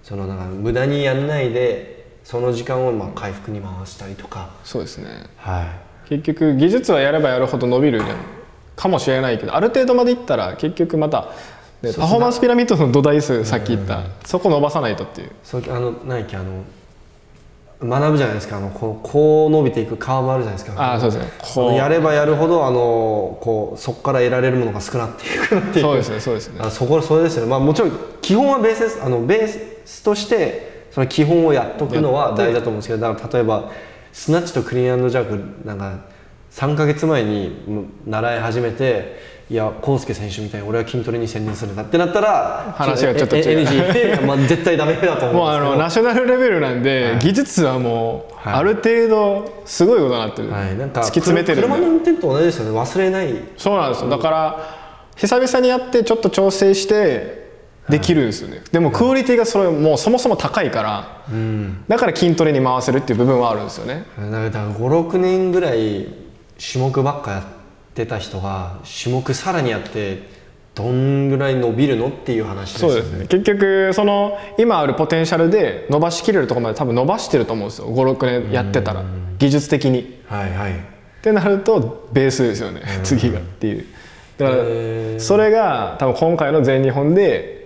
そのなんか無駄にやんないでその時間をまあ回復に回したりとか
そうですね
は
結局技術はやればやるほど伸びるかもしれないけどある程度までいったら結局またねパフォーマンスピラミッドの土台数さっき言ったそこ伸ばさないとっていう
いそうあの何やっけあの学ぶじゃないですかあのこうこう伸びていくカーブあるじゃないですか
ああそうですね
あの
こ
やればやるほどあのこうそこから得られるものが少なっていくなって
う
いう
そうですねそうですね
あそこそれですよね、まあ、もちろん基本はベースですあのベースとしてその基本をやっとくのは大事だと思うんですけどだから例えばスナッチとクリーンジャークなんか3か月前にうん習い始めていや康介選手みたいに俺は筋トレに専念するんだってなったら
話がちょっと
ええ
違う
NG で、まあ、絶対ダメだと思
(laughs) もうあの
うんで
ナショナルレベルなんで技術はもう
はい
ある程度すごいことになって
す
る
けど、はい、なん
突
か
き詰めてるん
車の
で
運転と同じですよね忘れない
そうなんですよだから久々にやってちょっと調整してできるんですよねでもクオリティがそれもうそもそも高いからだから筋トレに回せるっていう部分はあるんですよね
だから56年ぐらい種目ばっかやってた人が種目さらにやってどんぐらい伸びるのっていう話です
そう
よ
ですね結局その今あるポテンシャルで伸ばしきれるところまで多分伸ばしてると思うんですよ56年やってたら技術的に
はいはい
ってなるとベースですよね次がっていうだか
へー
らそれが多分今回の全日本で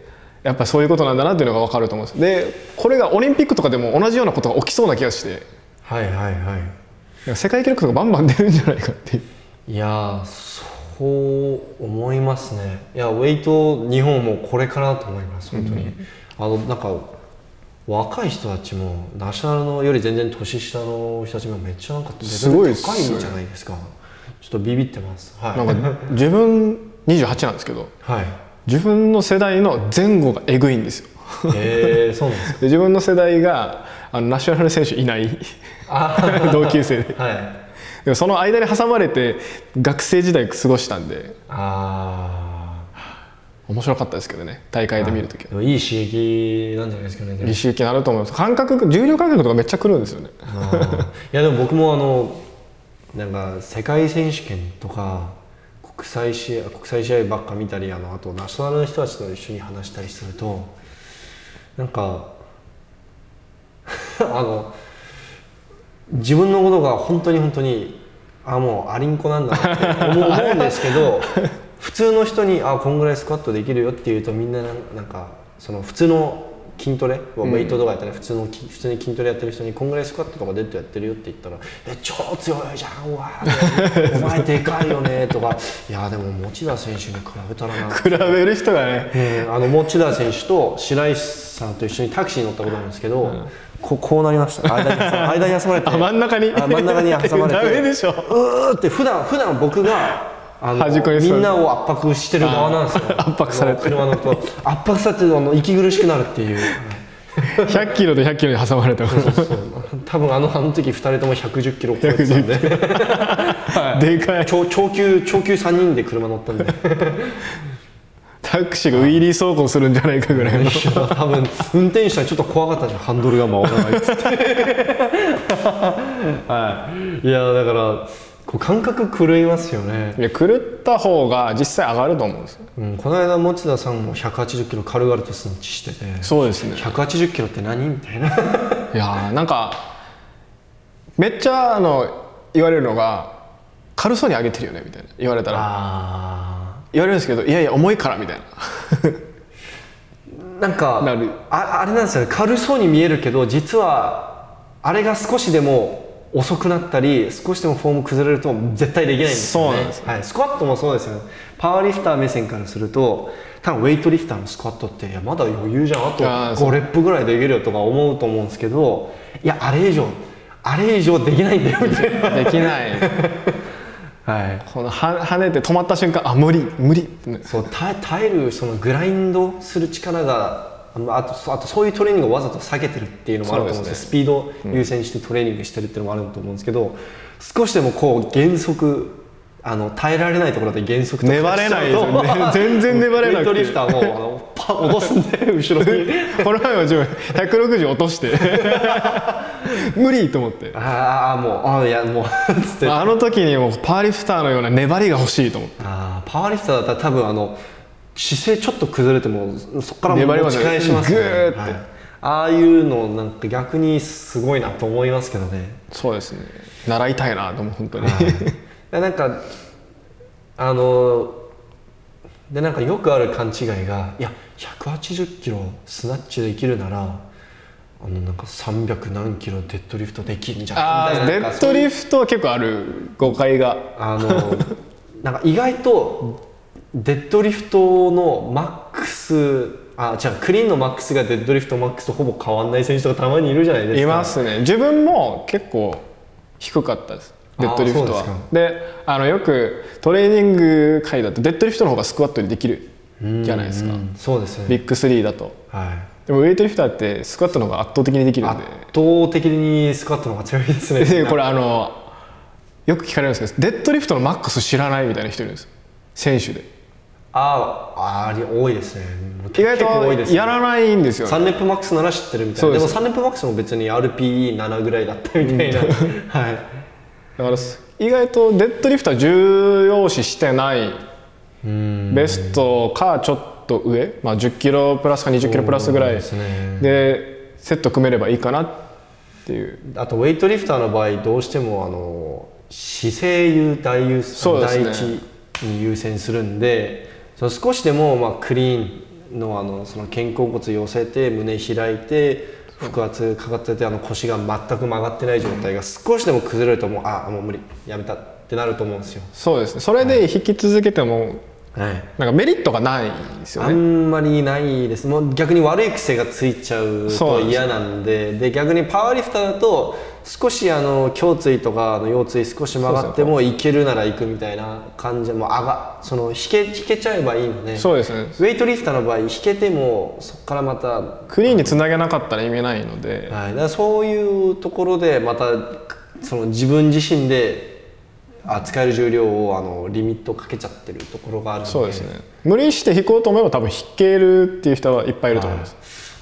やっぱそういうことなんだなっていうのが分かると思うんですでこれがオリンピックとかでも同じようなことが起きそうな気がして
はいはいは
なんか世界記録とかバンバン出るんじゃないかっていう
いいやーそう思いますねいやウェイト日本もこれからだと思います本当に、あのなんか若い人たちもナショナルのより全然年下の人たちもめっちゃなんかレベル
すごいっすよね
高いんじゃないですかちょっとビビってますはい
なんか自分28なんですけど
はい
自分の世代の前後がえぐいんですよ
えー、そうなんですか
で自分の世代があのナショナル選手いない
あ
同級生で
ーはい
でもその間に挟まれて学生時代過ごしたんで
ああ
面白かったですけどね大会で見るときは
でもいい刺激なんじゃないですかねでも
いい刺激になると思います感覚重量感覚とかめっちゃくるんですよね
あーいやでも僕もあのなんか世界選手権とか国際試合国際試合ばっか見たりあのあとナショナルの人たちと一緒に話したりするとなんか (laughs) あの自分のことが本当に本当にあもうアリンコなんだなって思う思うんですけど普通の人にあこんぐらいスクワットできるよって言うとみんななんなんかその普通の筋トレ、ウェイトとかやったら普通のき普通に筋トレやってる人にこんぐらいスクワットとかデッドやってるよって言ったら「え超強いじゃんうわーお前でかいよね」とか「いやでも持田選手に比べたらな」
比べる人がね
えーあの持田選手と白石さんと一緒にタクシーに乗ったことなんですけど、ここうなりました間に挟間に挟まれて
(laughs) あ真ん中に
あ真ん中に挟まれて
(laughs) ダメでしょ
うーって普段普段僕があの
端っこに
み
座る
んなを圧迫してる側なんですよ
圧迫されて
あの車のこう圧迫されてあの息苦しくなるって
(laughs)
いう
100キロと100キロに挟まれた
多分あのあの時2人とも110キロ超えてたんで
(laughs) でかい
超超級超級3人で車乗ったんで
タクシーがウィーリー走行するんじゃないかぐらいの
いや多分運転手さんちょっと怖かったんですよハンドルが回らないっつって (laughs) はいいやだからこう感覚狂いますよね、
いや狂った方が実際上がると思うんですよ
うん、この間持田さんも180キロ軽々とスイッチしてて
そうですね
180キロって何みたいな
いやーなんかめっちゃあの言われるのが軽そうに上げてるよねみたいな言われたら
(laughs) あ
言われるんですけどいやいや重いからみたい
な
な
んか
なる
ああれなんですよね軽そうに見えるけど実はあれが少しでも遅くなったり少しでもフォーム崩れると絶対できないんですよね
そうなんですよ
はい、スクワットもそうですよねパワーリフター目線からすると多分ウェイトリフターのスクワットっていやまだ余裕じゃんあと
あーそ
5レップぐらいできるよとか思うと思うんですけどいやあれ以上あれ以上できないんだよみたいな
で
(laughs)
きない
はい
このは跳ねて止まった瞬間あ無理無理 (laughs) ってね
そう耐え耐えるそのグラインドする力があのあとそうあとそういうトレーニングをわざと下げてるっていうのもあると思うんですよスピード優先してトレーニングしてるっていうのもあると思うんですけど、少しでもこう減速あの耐えられないところで減速とか
粘れない
しちゃうと
で
(laughs)
すよね全然粘れな
ウェ
くて
イトリフターもあのパッ落とすんで後ろ
(laughs)
に
この前は自分160落として (laughs) 無理と
(laughs)
思って
ああもうああいやもうつって
あの時にもうパワーリフターのような粘りが欲しいと思って
あーパワーリフターだったら多分あの姿勢ちょっと崩れてもそこから
粘り
持
ます
ち
よ
返します
グーって
はいああいうのなんか逆にすごいなと思いますけど
(laughs)
ね
そうですね習いたいなと思う本当に、
でなんかあのでなんかよくある勘違いがいや180キロスナッチできるならあのなんか300何キロデッドリフトできんじゃん
(laughs) あ
みた
あ
いなな
デ
んか
ッ
そう
ド
いう
リフトは結構ある誤解が
あ
(laughs)
のなんか意外とデッドリフトのマックスあじゃあクリーンのマックスがデッドリフトマックスとほぼ変わんない選手とかたまにいるじゃないですか
いますね自分も結構低かったですデッドリフト
あーそう
はであのよくトレーニング界だとデッドリフトの方がスクワットにできるじゃないですか
うんそうですよ
ビ
ね
ッグ3だと
はい
でもウェイトリフターってスクワットの方が圧倒的にできるん
圧
で
倒的にスクワットの方が強いですね
(laughs) でこれあのよく聞かれるんですけどデッドリフトのマックス知らないみたいな人いるんです選手で
あああり多いですね
意外
結構多いです
と
ね
やらないんですよね
3レップマックスなら知ってるみたい
そう
なで
で
も
す
3レップマックスも別に RPE7 ぐらいだったみたいな、 (laughs) はい
だから意外とデッドリフトは重要視してないベストかちょっと上、まあ、1 0キロプラスか2 0キロプラスぐらい
そうですね
でセット組めればいいかなっていう
あとウェイトリフターの場合どうしてもあの姿勢優大優
そうですね
第一に優先するんでその少しでもまあクリーンのあのその肩甲骨寄せて胸開いて腹圧かかっててあの腰が全く曲がってない状態が少しでも崩れるともうあもう無理やめたってなると思うんですよ。
そうですねそれで引き続けても
はい
なんかメリットがないんですよ
あ
ね
んまりないですもう逆に悪い癖がついちゃう
そ
と
うなんです
嫌なんでで逆にパワーリフターだと少しあの胸椎とかの腰椎少し曲がってもいけるなら行くみたいな感じもう上がその引け引けちゃえばいいので
そうですね
ウェイトリフターの場合引けてもそこからまた、は
クリーンにつなげなかったら意味ないので
い、だからそういうところでまたその自分自身で扱える重量をあのリミットかけちゃってるところがあるので
そうですね無理して引こうと思えば多分引けるっていう人はいっぱいいると思います、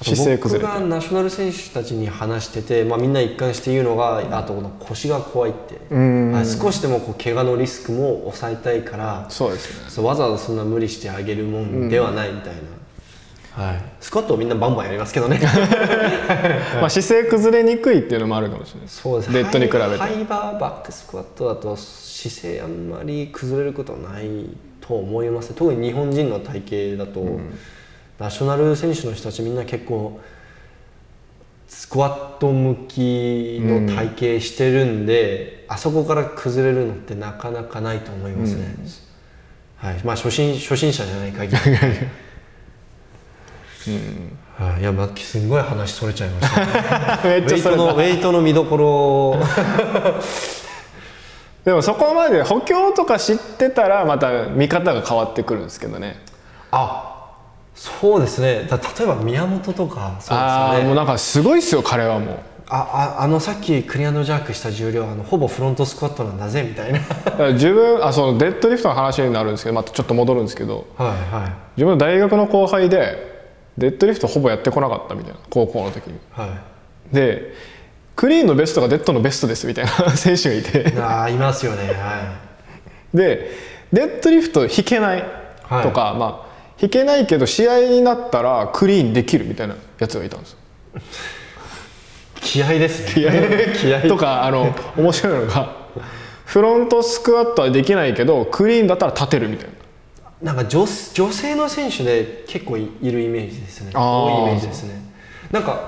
姿勢崩れ
僕
て
がナショナル選手たちに話してて、まあ、みんな一貫して言うのがあとこの腰が怖いって
ん
はい少しでもこう怪我のリスクも抑えたいから
そうですね
そうわざわざそんな無理してあげるもんではないみたいな、はい、スクワットをみんなバンバンやりますけどね
まあ、姿勢崩れにくいっていうのもあるかもしれな
(laughs)
いです
そうです
ベッドに比べて
ハイハイバーバックスクワットだと姿勢あんまり崩れることはないと思いますね特に日本人の体型だと、ナショナル選手の人たちみんな結構スクワット向きの体型してるんで、あそこから崩れるのってなかなかないと思いますね、はいまあ初心初心者じゃない限り、
(laughs)
はい、いやまあすごい話それちゃいましたね
め
ウ
っち
ェ
ゃ
イ
そ
ト
れ
のウェイトの見どころを
でもそこまで補強とか知ってたらまた見方が変わってくるんですけどね
(laughs) あそうですねだ例えば宮本とかそう
あ
です
あ
よ
もう
ね
なんかすごいっすよ彼はもう
あああのさっきクリアンドジャークした重量あのほぼフロントスクワットなんだぜみたいなは
だから自分あそのデッドリフトの話になるんですけどまたちょっと戻るんですけど
いは
自分の大学の後輩でデッドリフトほぼやってこなかったみたいな高校の時に
いは
でクリーンのベストがデッドのベストですみたいな (laughs) 選手がいて
(laughs) いあーいますよねはい
でデッドリフト引けない
はい
とか、まあ引けないけど試合になったらクリーンできるみたいなやつがいたんですよ
気合ですね気合気合
とかあの (laughs) 面白いのがフロントスクワットはできないけどクリーンだったら立てるみたいな
なんか女女性の選手で結構いいるイメージですね
あー
多いイメージですねなんか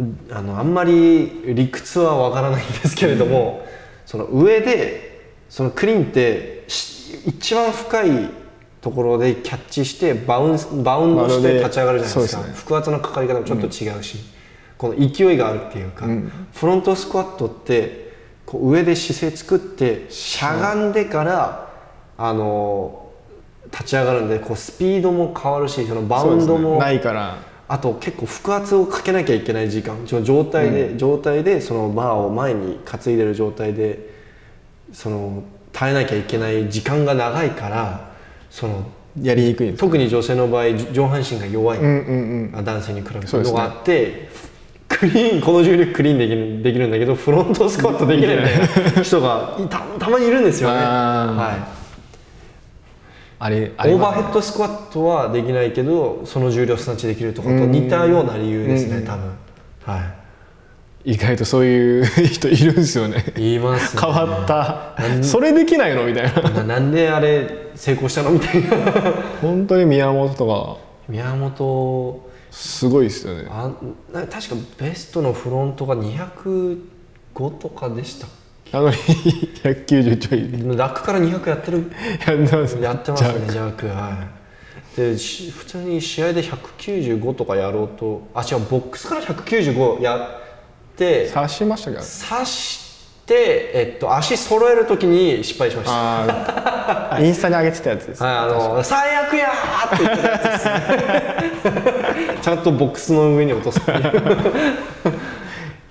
うあのあんまり理屈はわからないんですけれども、その上でそのクリーンってし一番深いところでキャッチしてバウンスバウンドし
まる
て
で
立ち上がるじゃないです
そ
か
うですね
腹圧のかかり方もちょっと違うし、この勢いがあるっていうか、フロントスクワットってこう上で姿勢作ってしゃがんでから、あの立ち上がるんでこうスピードも変わるしそのバウンド
そうですね
も、
ないから
あと結構腹圧をかけなきゃいけない時間その状態で、状態でそのバーを前に担いでる状態でその耐えなきゃいけない時間が長いからその
やりにくいんです
特に女性の場合じ上半身が弱い、
うんうんうん
あ男性に比べて
そうです
の
ね
があって、クリーンこの重力クリーンできるできるんだけどフロントスクワットできないみたいな人がいたたまにいるんですよね、
あー
は
あれ
い、オーバーヘッドスクワットはできないけどその重量スナッチできるとかと似たような理由ですね、多分はい
意外とそういう人いるんですよね
言います、ね、
(laughs) 変わったそれできないのみたいな
ななんであれ成功したのみたいな
本当に宮本とか
(laughs) 宮本
すごいですよね
あな確かベストのフロントが205とかでした
なのに190ちょい
ラックから200やってる
やんだんです
やってますねジャークはいでし普通に試合で195とかやろうとあ違うボックスから195やって
刺しましたけど
刺して、えっと、足揃えるときに失敗しました
あ
(laughs)
あインスタに上げてたやつです
はい、あの最悪やーって言ってたやつ
(laughs)
ですねちゃんとボックスの上に落とすっていう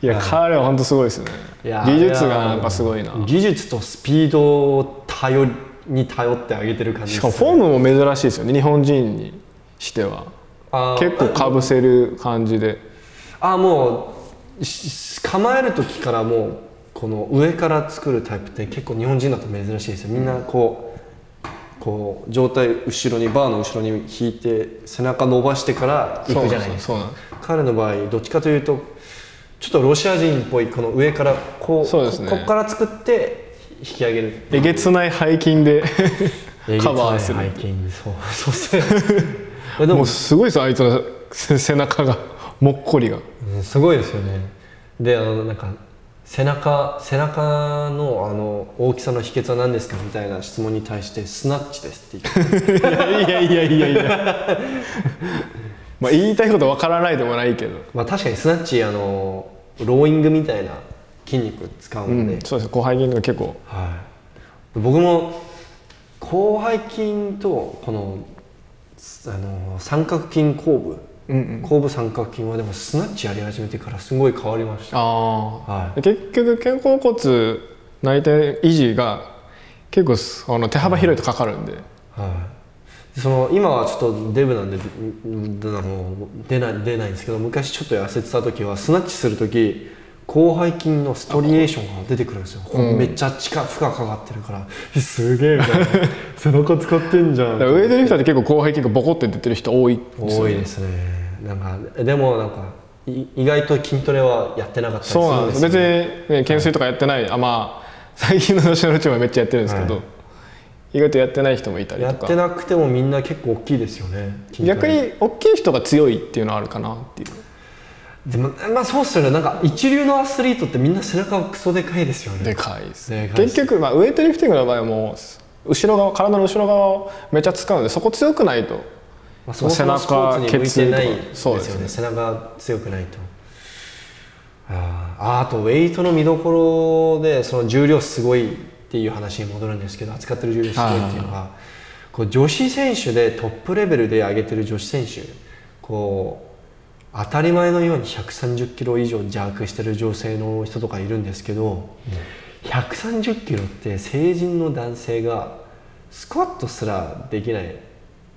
いや彼は本当すごいですね
いや
技術がなんかすごいな
技術とスピードを頼りに頼ってあげてる感じ
し
です
かもフォームも珍しいですよね日本人にしては
あー
結構かぶせる感じで
あーもうし構える時からもうこの上から作るタイプって結構日本人だと珍しいですよみんなこうこう上体後ろにバーの後ろに引いて背中伸ばしてから行くじゃないですか
そうなんですよ
彼の場合どっちかというとちょっとロシア人っぽいこの上からこう
そうですね
ここっから作って引き上げる
そうなんですえげつない背筋でカバーする
背筋そうそうですね (laughs) これで
も
も
うすごいですよあいつのせ背中がもっこりが
うんすごいですよねであのなんか背中背中のあの大きさの秘訣は何ですかみたいな質問に対してスナッチですって言 (laughs) って
いやいやいやいや (laughs) まあ言いたいことわからないでもないけど
まあ確かにスナッチあのローイングみたいな筋肉使う
う
ので、
ん、そうです広背筋とか結構
はい、僕も広背筋とこのすあの三角筋後部
うんうん
後部三角筋はでもスナッチやり始めてからすごい変わりました、
あ
は
あ結局肩甲骨内転維持が結構すあの手幅広いとかかるんで、
いはい、その今はちょっとデブなんでうんあの出ない出ないんですけど昔ちょっと痩せてた時はスナッチする時広背筋のストリエーションが出てくるんですよ、こうめっちゃ近負荷かかってるからえすげえみたい
(laughs)
な背中使ってんじゃん
だからウェイトリフターって結構広背筋がボコって出てる人多いですよ
多いですねなんかでもなんかい意外と筋トレはやってなかったりす
そう
るん
なんで
ですすよ
別に、ね、懸垂とかやってない、あまあ (laughs) 最近のナショナルチームはめっちゃやってるんですけど、
はい
意外とやってない人もいたり
や
と
って
か
なくてもみんな結構大きいですよね筋ト
逆
レ
に大きい人が強いっていうのはあるかなっていう
でもまあそうっすよねなんか一流のアスリートってみんな背中クソでかいですよね
でかいです
でかいっ
結
す
局、まあ、ウェイトリフティングの場合はもう後ろ側体の後ろ側をめっちゃ使うのでそこ強くないと
まあ、そもそもスポーツに向いてないですよ
背中血流と
ね
か
背中強くないとあーあーあとウェイトの見どころでその重量すごいっていう話に戻るんですけど扱ってる重量すごいっていうのがこう女子選手でトップレベルで上げてる女子選手こう当たり前のように130キロ以上弱してる女性の人とかいるんですけど、130キロって成人の男性がスクワットすらできない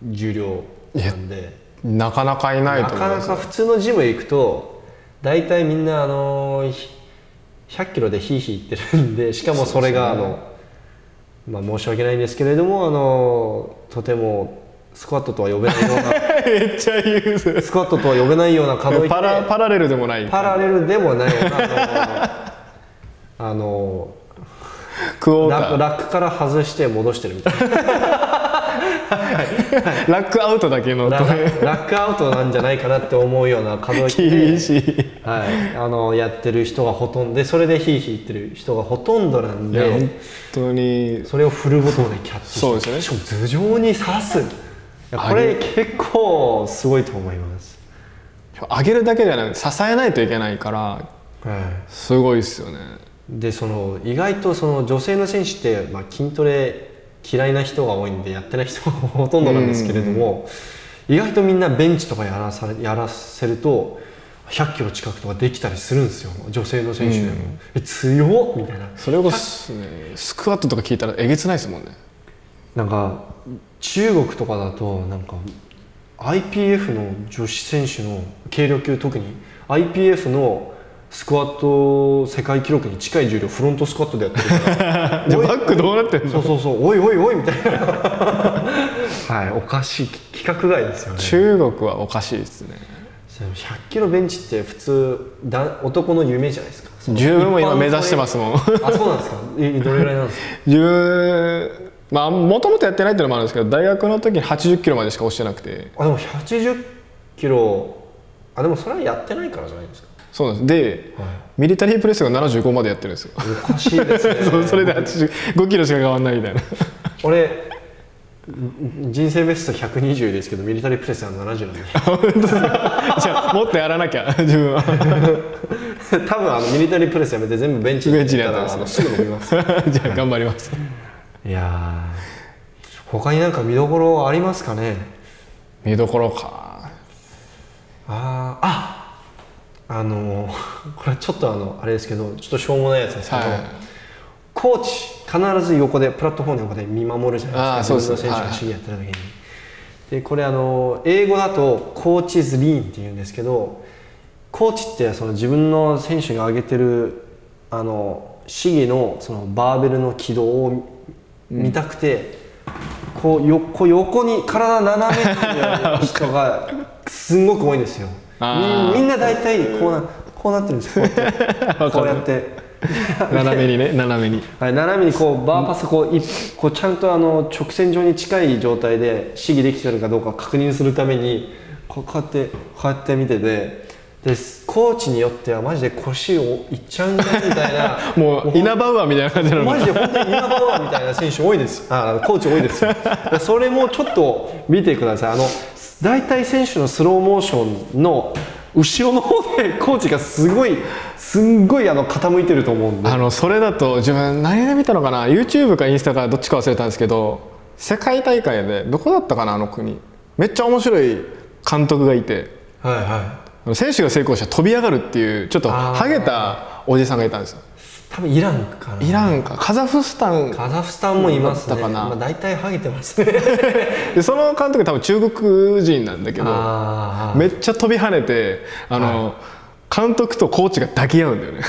重量なんで
なかなかいない
な
と思
か
い
な
ます
か普通のジム行くと大体みんなあのーひ100キロでヒーヒー言ってるんで (laughs) しかもそれがあの、まあ、申し訳ないんですけれどもあのーとてもスクワットとは呼べないよ
(laughs)
う
めっちゃ言う
なスクワットとは呼べないような可動域で
パラパラレルでもない
パラレルでもないよう
(laughs)
なあのーあの
クオ
ー
ータ
ラ
ーラ
ラックから外して戻してるみたいな。
ックアウトだけの
ララックアウトなんじゃないかなって思うような可動域で、
(laughs) 厳しい
はい、あのやってる人がほとんどでそれでヒーヒー言ってる人がほとんどなん
いや本
で
当に
それをフルボトムでキャッチして
そうですよね
しかも頭上に刺すいやこれ結構すごいと思います、
上げるだけじゃなくて支えないといけないから
は
すごいですよね
い、でその意外とその女性の選手って、まあ、筋トレ嫌いな人が多いんでやってない人がほとんどなんですけれども意外とみんなベンチとかやらされやらせると100キロ近くとかできたりするんですよ女性の選手でも、え強っみたいな
それこそ、ね、スクワットとか聞いたらえげつないですもんね
なんか中国とかだとなんか IPF の女子選手の軽量級特に IPF のスクワット世界記録に近い重量フロントスクワットでやってるから
じゃあ (laughs)
おい
バックどうなってんの
そうそうそうおいおいおいみたいな (laughs) はいおかしい規格外ですよね
中国はおかしいですね
100キロベンチって普通だ男の夢じゃないですかその
自分も今
一般の
目指してますもん
あそうなんですかえどれぐらいなんですか
自分まあもともとやってないっていうのもあるんですけど大学の時に80キロまでしか落ちてなくて
あでも80キロあでもそれはやってないからじゃないんですか
そうなんですでミリタリープレスが75までやってるんですよ
おかしいですね
(laughs) そうそれで85キロしか変わんないみたい
(laughs)
な
俺ん人生ベスト120ですけどミリタリープレスは70なんで (laughs)
じゃあもっとやらなきゃ自分は (laughs)
多分あのミリタリープレスやめて全部ベンチで
ベンチでや
や
っ
ったた
んで
ら
す
あ
ね
のすぐ伸びます
じゃあ頑張ります
いやー他になんか見どころありますかね
見どころか
あーああの (laughs) ーこれちょっとあのあれですけどちょっとしょうもないやつですけど、
はい
コーチ必ず横でプラットフォームの横で見守るじゃないですか自
あー
分の
そうです
選
ね
手が守備やってる時に、でこれあの英語だとコーチズリーンって言うんですけどコーチってその自分の選手が上げてるあの試技のそのバーベルの軌道を見たくて、こうよこう横に体斜めってやる人がすんごく多いんですよ
あー
みみんな大体こうなこうなってるんですよこうや
(laughs)
ってこうやって。
斜めにね斜めに
はい、斜めにこうバーパスこういこうちゃんとあの直線上に近い状態で試技できてるかどうか確認するためにこうこうやってこうやって見ててでコーチによってはマジで腰をいっちゃうんだみたいな
(laughs) もうイナバウアーみたいな感じなの
マ
か
ジで本当にイナバウアーみたいな選手多いですあコーチ多いですよでそれもちょっと見てくださいあの大体選手のスローモーションの後ろの方でコーチがすごいすんごいあの傾いてると思うんで
あのそれだと自分何で見たのかな YouTube かインスタかどっちか忘れたんですけど世界大会でどこだったかなあの国めっちゃ面白い監督がいて
はいは
あの選手が成功したら飛び上がるっていうちょっと
あー
ハゲたおじさんがいたんですよ
い多分イランかな
イランかカザフスタン
カザフスタンもいますね
だったかな
まあ、大体ハゲてますね
でその監督多分中国人なんだけど
あー
めっちゃ飛び跳ねてあの、監督とコーチが抱き合うんだよね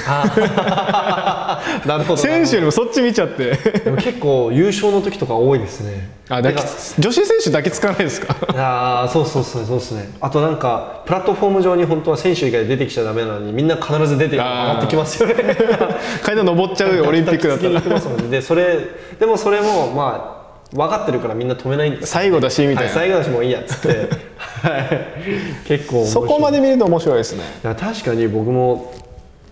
あ
(laughs)
ーなるほど
選手よりもそっち見ちゃって
(laughs) でも結構優勝の時とか多いですね
あ
だ
抱き女子選手抱きつかないですか (laughs)
あーそうそうそうそうですねあとなんかプラットフォーム上に本当は選手以外出てきちゃダメなのにみんな必ず出て上
あー
がってきます
(laughs)
よね
階段登っちゃうよオリンピックだった
次に行き
ら
ますもんねでそれでもそれもまあ分かってるからみんな止めないんですよ
最後だしみた
はいい
な、
最後だしもういいやっつ
(laughs)
ってはい結構面白い
そこまで見ると面白いですね
いや確かに僕も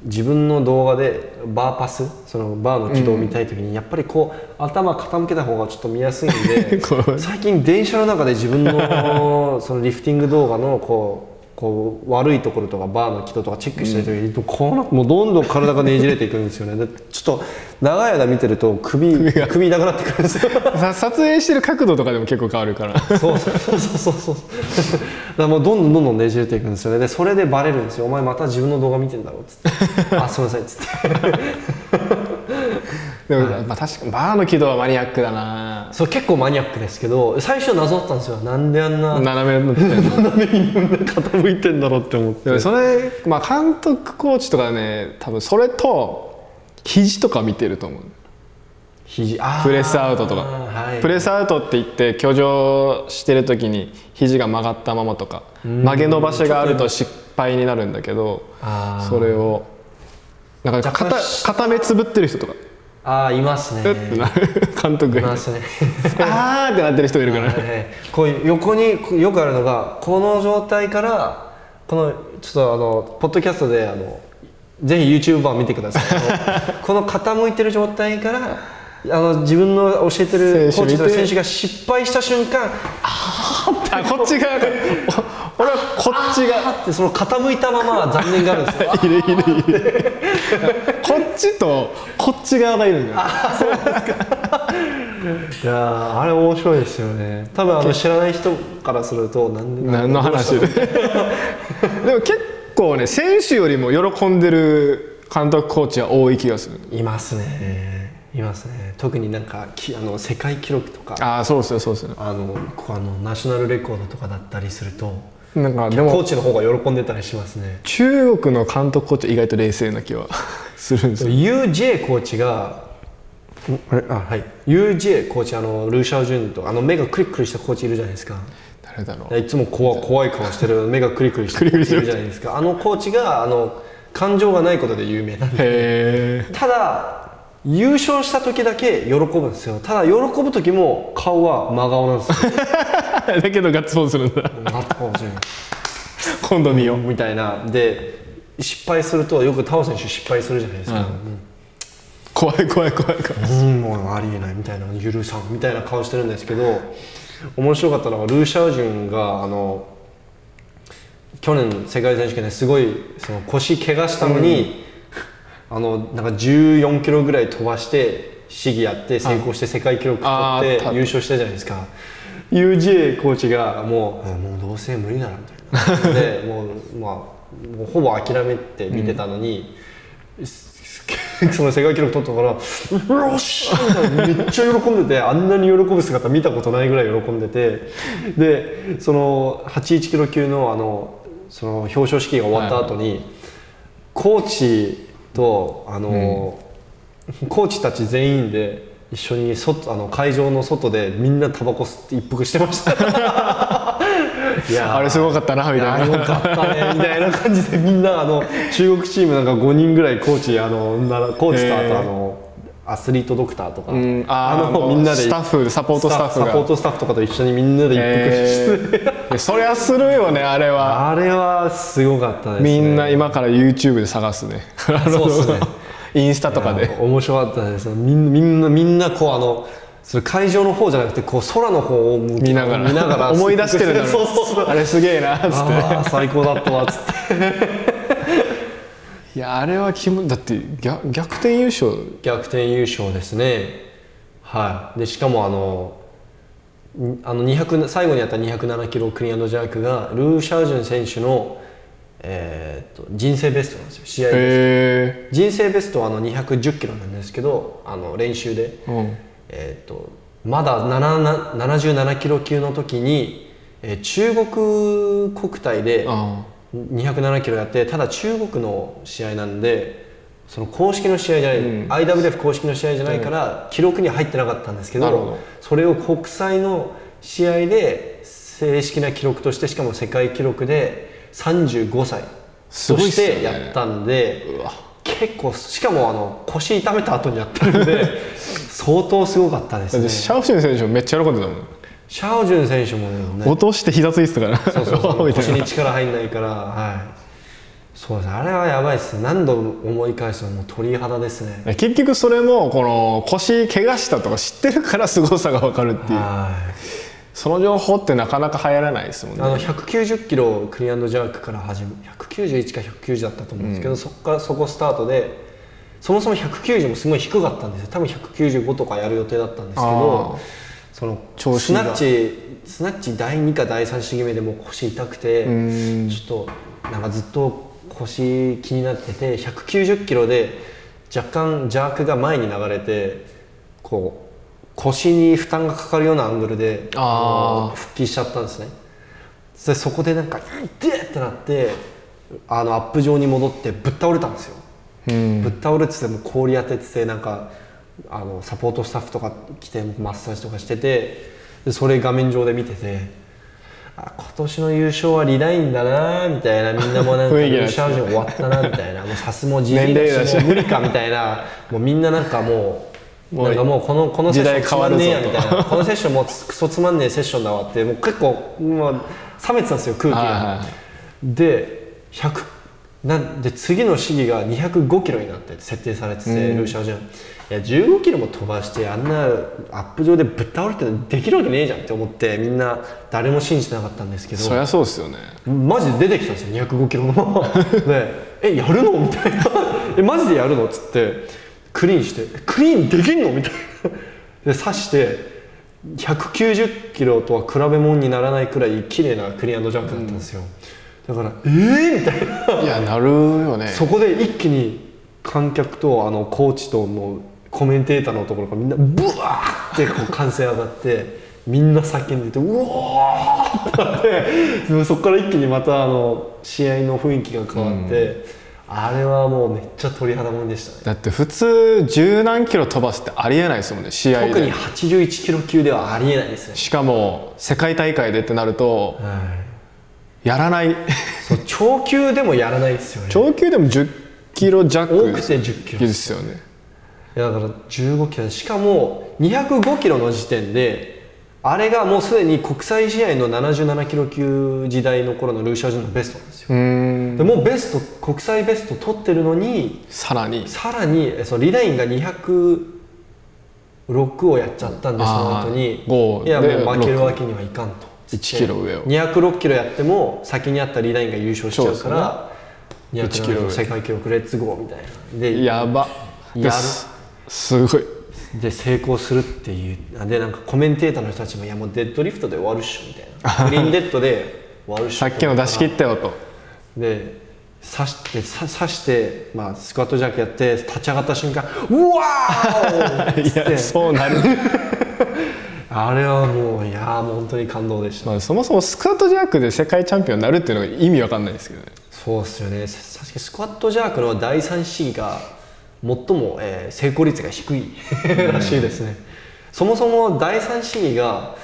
自分の動画でバーパスそのバーの軌道を見たい時に、やっぱりこう頭傾けた方がちょっと見やすいん (laughs)
こう
で最近電車の中で自分のそのリフティング動画のこうこう悪いところとかバーの軌道とかチェックしてる時に、こうなもうどんどん体がねじれていくんですよねでちょっと長い間見てると首首痛くなってくるんですよ
さ撮影してる角度とかでも結構変わる
(laughs)
から
そうそうそうそうそうそうだからもうどんどんどんどんねじれていくんですよねでそれでバレるんですよ「お前また自分の動画見てんだろ」っつって「あすいません」っつって
でも、まあ、確かにバーの軌道はマニアックだな
そう結構マニアックですけど最初謎だったんですよなんであんな
斜めの軌道
斜めに傾いてんだろうって思っ
で
て
もそれ、まあ、監督コーチとかね多分それと肘とか見てると思う
肘あ
プレスアウトとか
はい
プレスアウトって言って挙上してる時に肘が曲がったままとか曲げ伸ばしがあると失敗になるんだけど
あー
それをなんか
若干
片片目つぶってる人とか
あーいますね (laughs)
えってなる (laughs) 監督
い
が
ま
いて
すね
あーってなってる人い
(laughs)
るから
はいはいこういう横にこうよくあるのがこの状態からこのちょっとあのポッドキャストであのぜひ YouTuber 見てくださいあ (laughs) のこの傾いてる状態からあの自分の教えてるコー
選手見て
チとか選手が失敗した瞬間
あこっち側がお俺はこっちが
あってその傾いたまま残念があるんですよ
いるいるいるこっちとこっち側がいるんだよ
(laughs) いやーあれ面白いですよね多分あの知らない人からするとなんで
何の話で (laughs) でも結構ね選手よりも喜んでる監督コーチは多い気がする
いますねいますね特になんかきあの世界記録とか
ああそうですよそうですよ
あのこうあのナショナルレコードとかだったりすると
なんかで
コー
も
チの方が喜んでたりしますね
中国の監督コーチは意外と冷静な気は (laughs) するんですよ
UJ コーチがあれあはい UJ コーチあのルーシャオジュンとあの目がクリクリしたコーチいるじゃないですか
誰だろう
いつも怖怖い顔してる目がクリクリしてるコーチいるじゃないですかあのコーチがあの感情がないことで有名なんで
へえ
ただ優勝した時だけ喜ぶんですよただ喜ぶ時も顔は真顔なんですよ
だけどガッツポーズ (laughs) するんだ
なんとかもしれない
今度見よう
みたいなで失敗するとよくタオ選手失敗するじゃないですか、
怖い怖い怖い怖い
うん、うんもうありえないみたいな許さんみたいな顔してるんですけど面白かったのがルーシャオジュンがあの去年の世界選手権ですごいその腰怪我したのに、あのなんか14キロぐらい飛ばして試技やって成功して世界記録
あ
取っ
ー
て
た
優勝したじゃないですか UJ コーチがもううんもうどうせ無理だなみたいなでもう,、まあ、もうほぼ諦めて見てたのに、すす (laughs) その世界記録取ったから「よっしゃ!」みたいなめっちゃ喜んでてあんなに喜ぶ姿見たことないぐらい喜んでてでその81キロ級のあのその表彰式が終わった後に、コーチとあの、コーチたち全員で一緒に外あの会場の外でみんなタバコ吸って一服してま
(laughs)
したいやー
あれすごかったなみた
いや
いな
よかったね (laughs) みたいな感じでみんなあの中国チームなんか5人ぐらいコーチあのならコーチとあ
へー
とあのアスリートドクターとか、
うんあーもうスタッフサポートスタッフが
サポートスタッフとかと一緒にみんなで一服して、
へ (laughs) えいやそりゃするよねあれは
あれはすごかったですね
みんな今から YouTube で探すね (laughs)
そうっすね
インスタとかで
面白かったですみんみんなみんなこうあのそれ会場の方じゃなくてこう空の方を向き
見ながら
見ながら
思い出してるん (laughs) だろ
(laughs)
う
そうそうそう
あれすげえなっつって
あー最高だったわっつって
いやあれは気もだって逆逆転優勝
逆転優勝ですねはいでしかもあのんあの200最後にやった207キロクリーンアンドジャークがルー・シャージュン選手の、えーっと人生ベストなんですよ試合で
へ
人生ベストはあの210キロなんですけどあの練習で、
えうん
えー、とまだ7 77キロ級の時に、えー中国国体で
あ
207キロやってただ中国の試合なんでその公式の試合じゃない、IWF 公式の試合じゃないから記録には入ってなかったんですけど
なるほど
それを国際の試合で正式な記録としてしかも世界記録で35歳
す
と
ごいっ
し
すよね
てやったんで、
うわ
結構しかもあの腰痛めた後にやったん
(laughs)
で相当すごかったで
だ
す
って
ね
シャオシュン選手もめっちゃ喜んでたもん、
シャオジュン選手もね
落として膝ついてたから
そうそうそ
(laughs) み
う
た
腰
いな
に力入んないからはいそうですあれはやばいです何度思い返すともう鳥肌ですね
結局それもこの腰怪我したとか知ってるから凄さが分かるっていう
はい
その情報ってなかなか流行らないですもん
あ
ね
の190キロをクリアンドジャークから始め191か190だったと思うんですけど、そこからそこスタートでそもそも190もすごい低かったんですよ多分195とかやる予定だったんですけど
あー
その
調子
スナ
が
ッチスナッチ第2か第3試技目でもう腰痛くて
ー
ちょっとなんかずっと腰気になってて190キロで若干ジャークが前に流れてこう腰に負担がかかるようなアングルで
あー
あの復帰しちゃったんですねでそこでなんか「痛っ!」ってなってあのアップ上に戻ってぶっ倒れたんですよ
うん
ぶっ倒れててもう氷当てててなんかあのサポートスタッフとか来てマッサージとかしててでそれ画面上で見ててあ今年の優勝はリラインだなみたいなみんなもなんか
雰囲
優
気なんですね
勝終わったなみたいなもうさすもじじい
年齢
だ
だし
しもう無理かみたいなもうみんななんかもう
もう
なんかもうこのこのセッション
時代
つ
変
ま
わる
ん
ぞ
ね
と
えやみたいなこのセッションもうクソつまんねえセッションだわってもう結構もう冷めてたんですよ空気
はい
が。
はい
で100なんで次の試技が205キロになって設定されてて、ルーシャージュンいや15キロも飛ばしてあんなアップ上でぶっ倒れてできるわけねえじゃんって思ってみんな誰も信じてなかったんですけど
そりゃそうですよね
マジで出てきたんですよ205キロのままで「えやるの?」みたいな「えマジでやるの?」っつってクリーンして「クリーンできんの?」みたいなで刺して190キロとは比べ物にならないくらい綺麗なクリアンドジャンプだったんですよ、だから「えー!」みたいない
やなるよね
そこで一気に観客とあのコーチともうコメンテーターのところからみんなブワーってこう歓声上がってみんな叫んでてうおーってなってでもそこから一気にまたあの試合の雰囲気が変わって、あれはもうめっちゃ鳥肌もんでしたね
だって普通十何キロ飛ばすってありえないですもんね試合で
特に81キロ級ではありえないですね、
しかも世界大会でってなるとやらない
そう超級でもやらないですよね
(laughs) 長級でも10キロ弱
多くて10キロ
ですよね
いやだから15キロしかも205キロの時点であれがもうすでに国際試合の77キロ級時代の頃のルーシャージュンのベストなんですよ、
うーん
でもうベスト国際ベスト取ってるのに
さらに
さらにえそのリダインが206をやっちゃったんでその
あー
後に
5
いや
で
もう負けるわけにはいかんと
1キロ上を
206キロやっても先にあったリダインが優勝しちゃうから
そうですよね1キロ
207
上
世界記録レッツゴーみたいなで
やば
やる
ですすごい
で成功するっていうあでなんかコメンテーターの人たちも「いやもうデッドリフトで終わるっしょ」みたいな「クリーンデッドで終わるっしょ
さ」っきの出し切ったよと
で刺して刺刺して、まあ、スクワットジャークやって立ち上がった瞬間「うわー!」っ
(laughs) (laughs) い
つって
やそうなる、
あれはもういやーもう本当に感動でした
まあ、そもそもスクワットジャークで世界チャンピオンになるっていうのが意味わかんないですけどね
そうっすよねさ確かにスクワットジャークの第3試技が最も、えー成功率が低いらしいですね、そもそも第3試技が、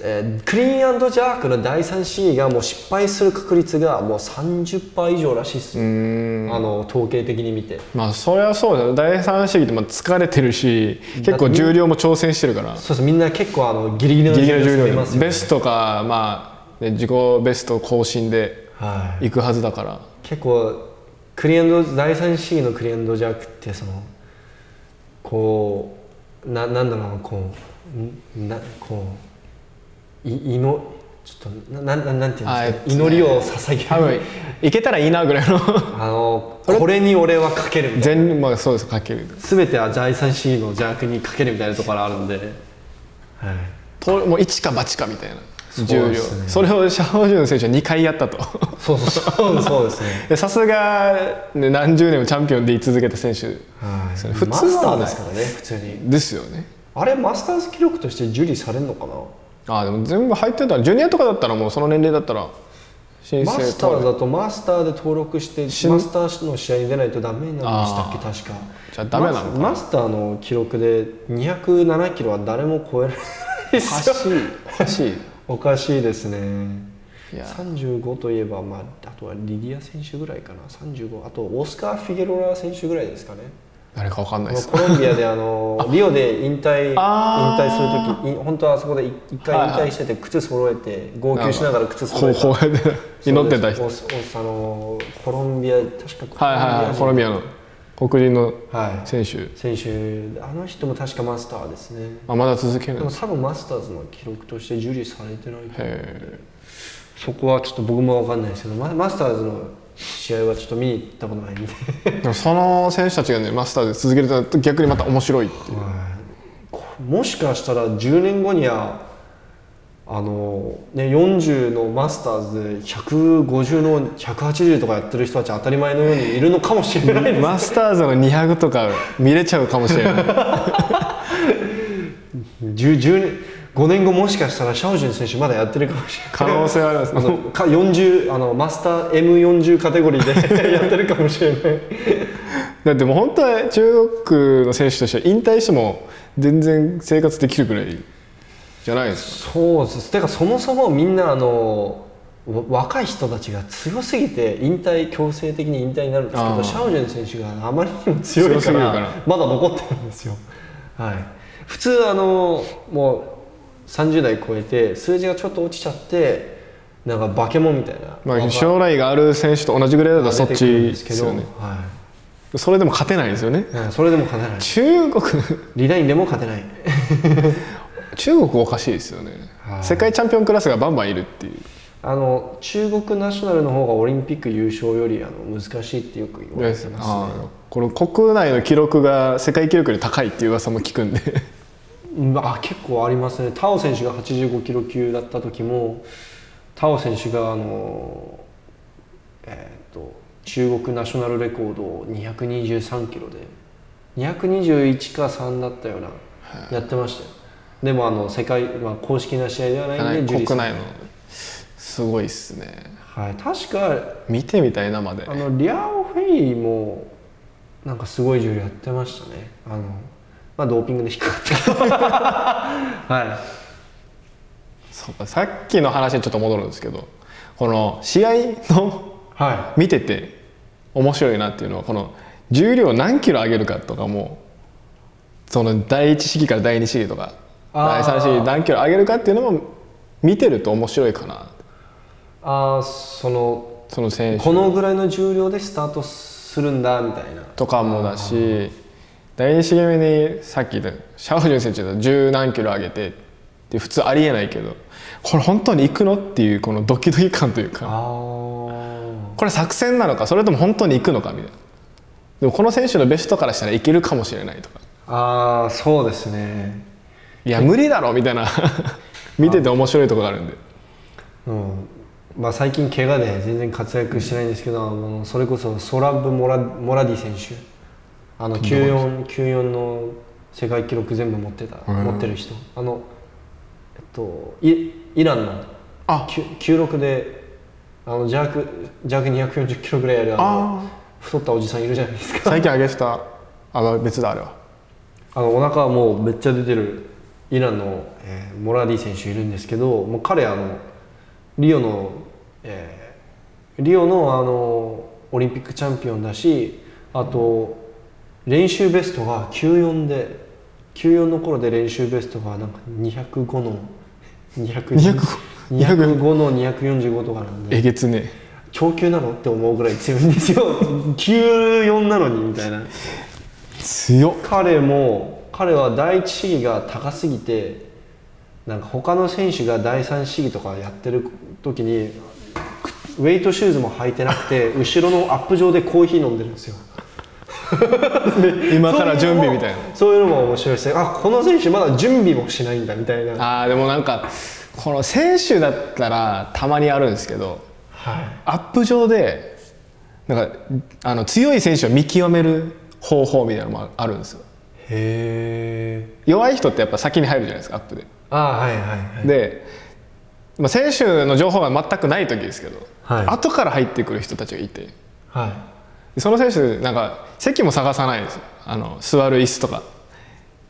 えークリーンジャークの第3試技がもう失敗する確率がもう30%以上らしいっすよあの統計的に見て
まあそれはそうだよ第三主義ってまあ疲れてるし結構重量も挑戦してるから
そうですみんな結構あのギリギリの
ギリギリの重量
で
で
ますよね
ベストかまあ、ね、自己ベスト更新で
はい
行くはずだから
結構クリエンド第3試技のクリエンドジャークってそのこうななんだろうなこうんなこうい祈ちょっとなななんていうん
あえ
で
っ
す
と
か、
ね
祈りを捧げる
多分いけたらいいなぐらいの
あのこれに俺はかけるみたいな
全まあそうですかける
全ては財産主義の邪悪にかけるみたいなところあるんで、はい、
ともう一か八かみたいな
う
重
で
量
すね
それをシャオジュン選手は2回やったと (laughs)
そうそうそうそうですね
でさすが、ね、何十年もチャンピオンで居続けた選手
はい
それ普
マ
通はない
スターですからね普通に
ですよね
あれマスターズ記録として受理されるのかな
ああでも全部入ってたらジュニアとかだったらもうその年齢だったら申
マ
請
スター
通る
だとマスターで登録して
し
マスターの試合に出ないとダメになりましたっけ確か
じゃあダメなのかな
マスマスターの記録で207キロは誰も超えられないで
おか
すよ
しいおかしい
おかしいですね
いや
35といえば、まあ、あとはリディア選手ぐらいかな35あとオスカー・フィゲロラ選手ぐらいですかね
誰かわかんない
あ
で
の
す
コロンビアであ
(laughs)
のリオで引退引
あー
退する時い本当はあそこで一一回引退してて靴揃えて号泣しながら靴揃え
こう (laughs)
た
こうやって祈ってた人
そうですオスオスあのコロンビア確か
はいはいはいコロンビアの黒人の
アはい
選手、
選手あの人も確かマスターですね
まあ、まだ続ける
で
ん
も
です
多分マスターズの記録として受理されてない
へ
そこはちょっと僕も分かんないですけどママスターズの試合はちょっと見に行ったことないんで
えでもその選手たちがねマスターで続けるとなると逆にまた面白いっていう
もしかしたら10年後にはあの、ね、40のマスターズで150の180とかやってる人たち当たり前のようにいるのかもしれないです
マスターズの200とか見れちゃうかもしれない
10 10年5年後もしかしたらシャオジュン選手まだやってるかもしれない
可能性はあります
あのか40あのマスター M40 カテゴリー
(laughs)
でやってるかもしれない
だってもう本当は中国の選手としては引退しても全然生活できるぐらいじゃないですか
そうですてかそもそもみんなあのわ若い人たちが強すぎて引退強制的に引退になるんですけ
あー
どシャオジェン選手があまりにも強いから
強すぎるから
まだ残ってるんですよ、はい、普通あのもう30代超えて数字がちょっと落ちちゃってなんか化け物みたいな、
まあ、将来がある選手と同じぐらいだったらそっち
で
です
け
す
ど、
よね
は
それでも勝てないですよね
いうん、それでも勝てない
中国 (laughs)
リダインでも勝てない (laughs)
中国おかしいですよね
はい
世界チャンピオンクラスがバンバンいるっていう
あの中国ナショナルの方がオリンピック優勝よりあの難しいってよく言われてますね
ああこの国内の記録が世界記録より高いっていう噂も聞く (laughs) んで
うんあ結構ありますねタオ選手が85キロ級だった時もタオ選手があの、えー、と中国ナショナルレコードを223キロで221か3だったようなやってましたよでもあの世界、まあ、公式な試合ではないんで
国
受理さ
内のすごいっすね
はい、確か
見てみたいなまで
あのリャオ・フェイもなんかすごい重量やってましたねあのまあドーピングで引っかかった、はい、
そうかさっきの話にちょっと戻るんですけどこの試合の
はい
見てて面白いなっていうのはこの重量を何キロ上げるかとかもその第一試技から第二試技とか
あー
第三試技何キロ上げるかっていうのも見てると面白いかな
あーその
その選手
このぐらいの重量でスタートするんだみたいな
とかもだし第二試合目にさっき言ったシャオジュン選手だと十何キロ上げてって普通ありえないけどこれ本当に行くのっていうこのドキドキ感というか
あ
これ作戦なのかそれとも本当に行くのかみたいなでもこの選手のベストからしたらいけるかもしれないとか
あーそうですね
いや無理だろみたいな (laughs) 見てて面白いとこがあるんで
うんまあ最近怪我で全然活躍してないんですけど、あのそれこそソラブモラモラディ選手あの94 94の世界記録全部持ってた
へえ
持ってる人あのえっとイイランの
あ
きゅ96であの弱弱240キロぐらいあるあの
あ
太ったおじさんいるじゃないですか
最近上げてたあ別だあれは
あのお腹はもうめっちゃ出てるイランの、えーモラディ選手いるんですけどもう彼あのリオの、えーリオのあのオリンピックチャンピオンだしあと練習ベストが94で94の頃で練習ベストがなんか205の200 205の245とかなんで
えげつね
超級なのって思うぐらい強いん (laughs) ですよ94なのにみたいな
え強っ
彼も彼は第一試技が高すぎてなんか他の選手が第三試技とかやってる時にウェイトシューズも履いてなくて後ろのアップ上でコーヒー飲んでるんですよ
今から準備みたいな
そういうのもそういうのも面白いですねあこの選手まだ準備もしないんだみたいな
あーでもなんかこの選手だったらたまにあるんですけど
はい
アップ上でなんかあの強い選手を見極める方法みたいなのもあるんですよ
へえ
弱い人ってやっぱ先に入るじゃないですかアップで
あはいはいはい
で、まあ、選手の情報が全くない時ですけど、
はい
後から入ってくる人たちがいて
は
その選手なんか席も探さないんですよあの座る椅子とか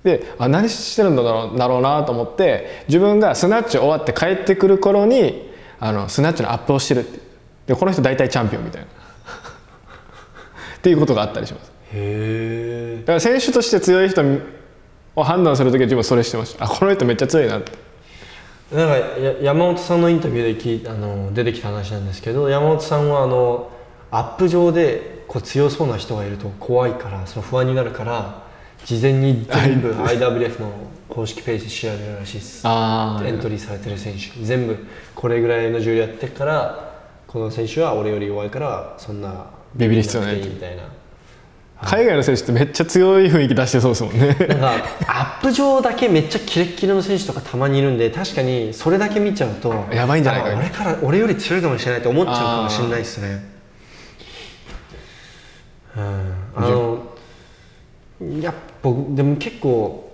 であ何してるんだろうだろうなと思って自分がスナッチ終わって帰ってくる頃にあのスナッチのアップをしてるってでこの人大体チャンピオンみたいな (laughs) っていうことがあったりします
いへ
だから選手として強い人を判断する時は自分それしてましたあこの人めっちゃ強いなって
えなんかや山本さんのインタビューできあの出てきた話なんですけど山本さんはあのアップ上でこう強そうな人がいると怖いからその不安になるから事前に全部 IWF の公式ページで調べるらしいです
あ
エントリーされてる選手全部これぐらいの重量やってからこの選手は俺より弱いからそんな
ビビる必要ない
ビビんくていいみたいな
海外の選手ってめっちゃ強い雰囲気出してそうですもんね
なんかアップ上だけめっちゃキレッキレの選手とかたまにいるんで確かにそれだけ見ちゃうと
やばいんじゃないか
あ俺から俺より強いかもしれないと思っちゃうかもしれないですねうんあのいや僕でも結構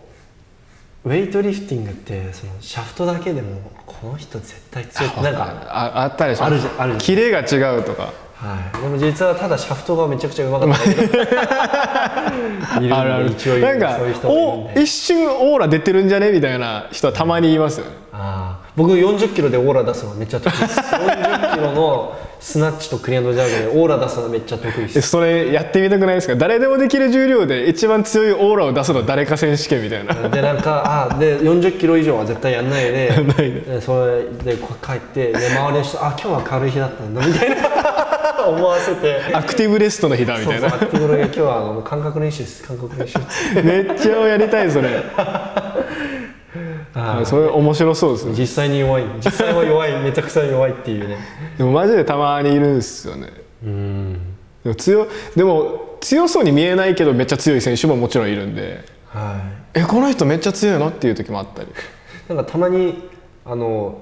ウェイトリフティングってそのシャフトだけでもこの人絶対強いなんか
ああったりします
あるじゃんあるじゃん
キレが違うとか
はい、でも実はただシャフトがめちゃくちゃうまかっただけどいる
(laughs)
んで
あるある
一応い
な
る
ん
んで
か
そういう人もいるん
お
で
一瞬オーラ出てるんじゃねみたいな人はたまにいますよね
ああ僕40キロでオーラ出すのめっちゃ得意です40キロのスナッチとクリアンドジャーグでオーラ出すのめっちゃ得意で
え
す
それやってみたくないですか誰でもできる重量で一番強いオーラを出すの誰か選手権みたい
(laughs)
な
でなんかあで40キロ以上は絶対やんないで
んないで
でそれでこう帰ってで周りの人あ今日は軽い日だったんだみたいな思わせて
アクティブレストの日だみ
そ
た
う
い
そうア
な
クティブロイが今日はあの感覚練習です感覚練習です
めっちゃやりたい
(laughs)
それ
ああ
それ面白そうですね
実際に弱い実際は弱いめちゃくちゃ弱いっていうね
でもマジでたまにいるんですよね
うん
でも強でも強そうに見えないけどめっちゃ強い選手ももちろんいるんで
はい
えこの人めっちゃ強いのっていう時もあった (laughs) り
なんかたまにあの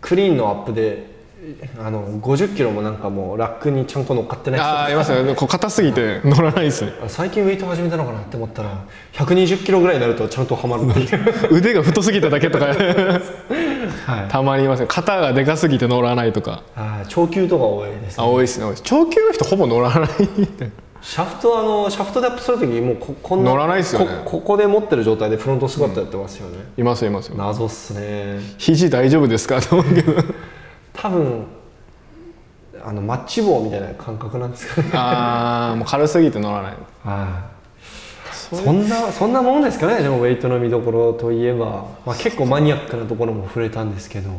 クリーンのアップであの50キロもなんかもうラックにちゃんこ乗っかってない人
ああいますねこう硬すぎて乗らないですね
あ最近ウェイト始めたのかなって思ったら120キロぐらいになるとちゃんとはまるって
(laughs)
いう、
腕が太すぎただけと (laughs) か
はい、
たまにいますね肩がでかすぎて乗らないとか
あー長球とか多いです
あ多いですね多いです長距離の人ほぼ乗らない
シャフトはあのシャフトでアップするときにもうここんな
乗らないっすよね
こここで持ってる状態でフロントスクワットやってますよね、
いますいますよ
謎っすね
肘大丈夫ですかと思うけど
多分あのマッチ棒みたいな感覚なんですかね
(laughs) ああもう軽すぎて乗らない
そんなそんなもんですかねでもウェイトの見どころといえば、まあ、結構マニアックなところも触れたんですけど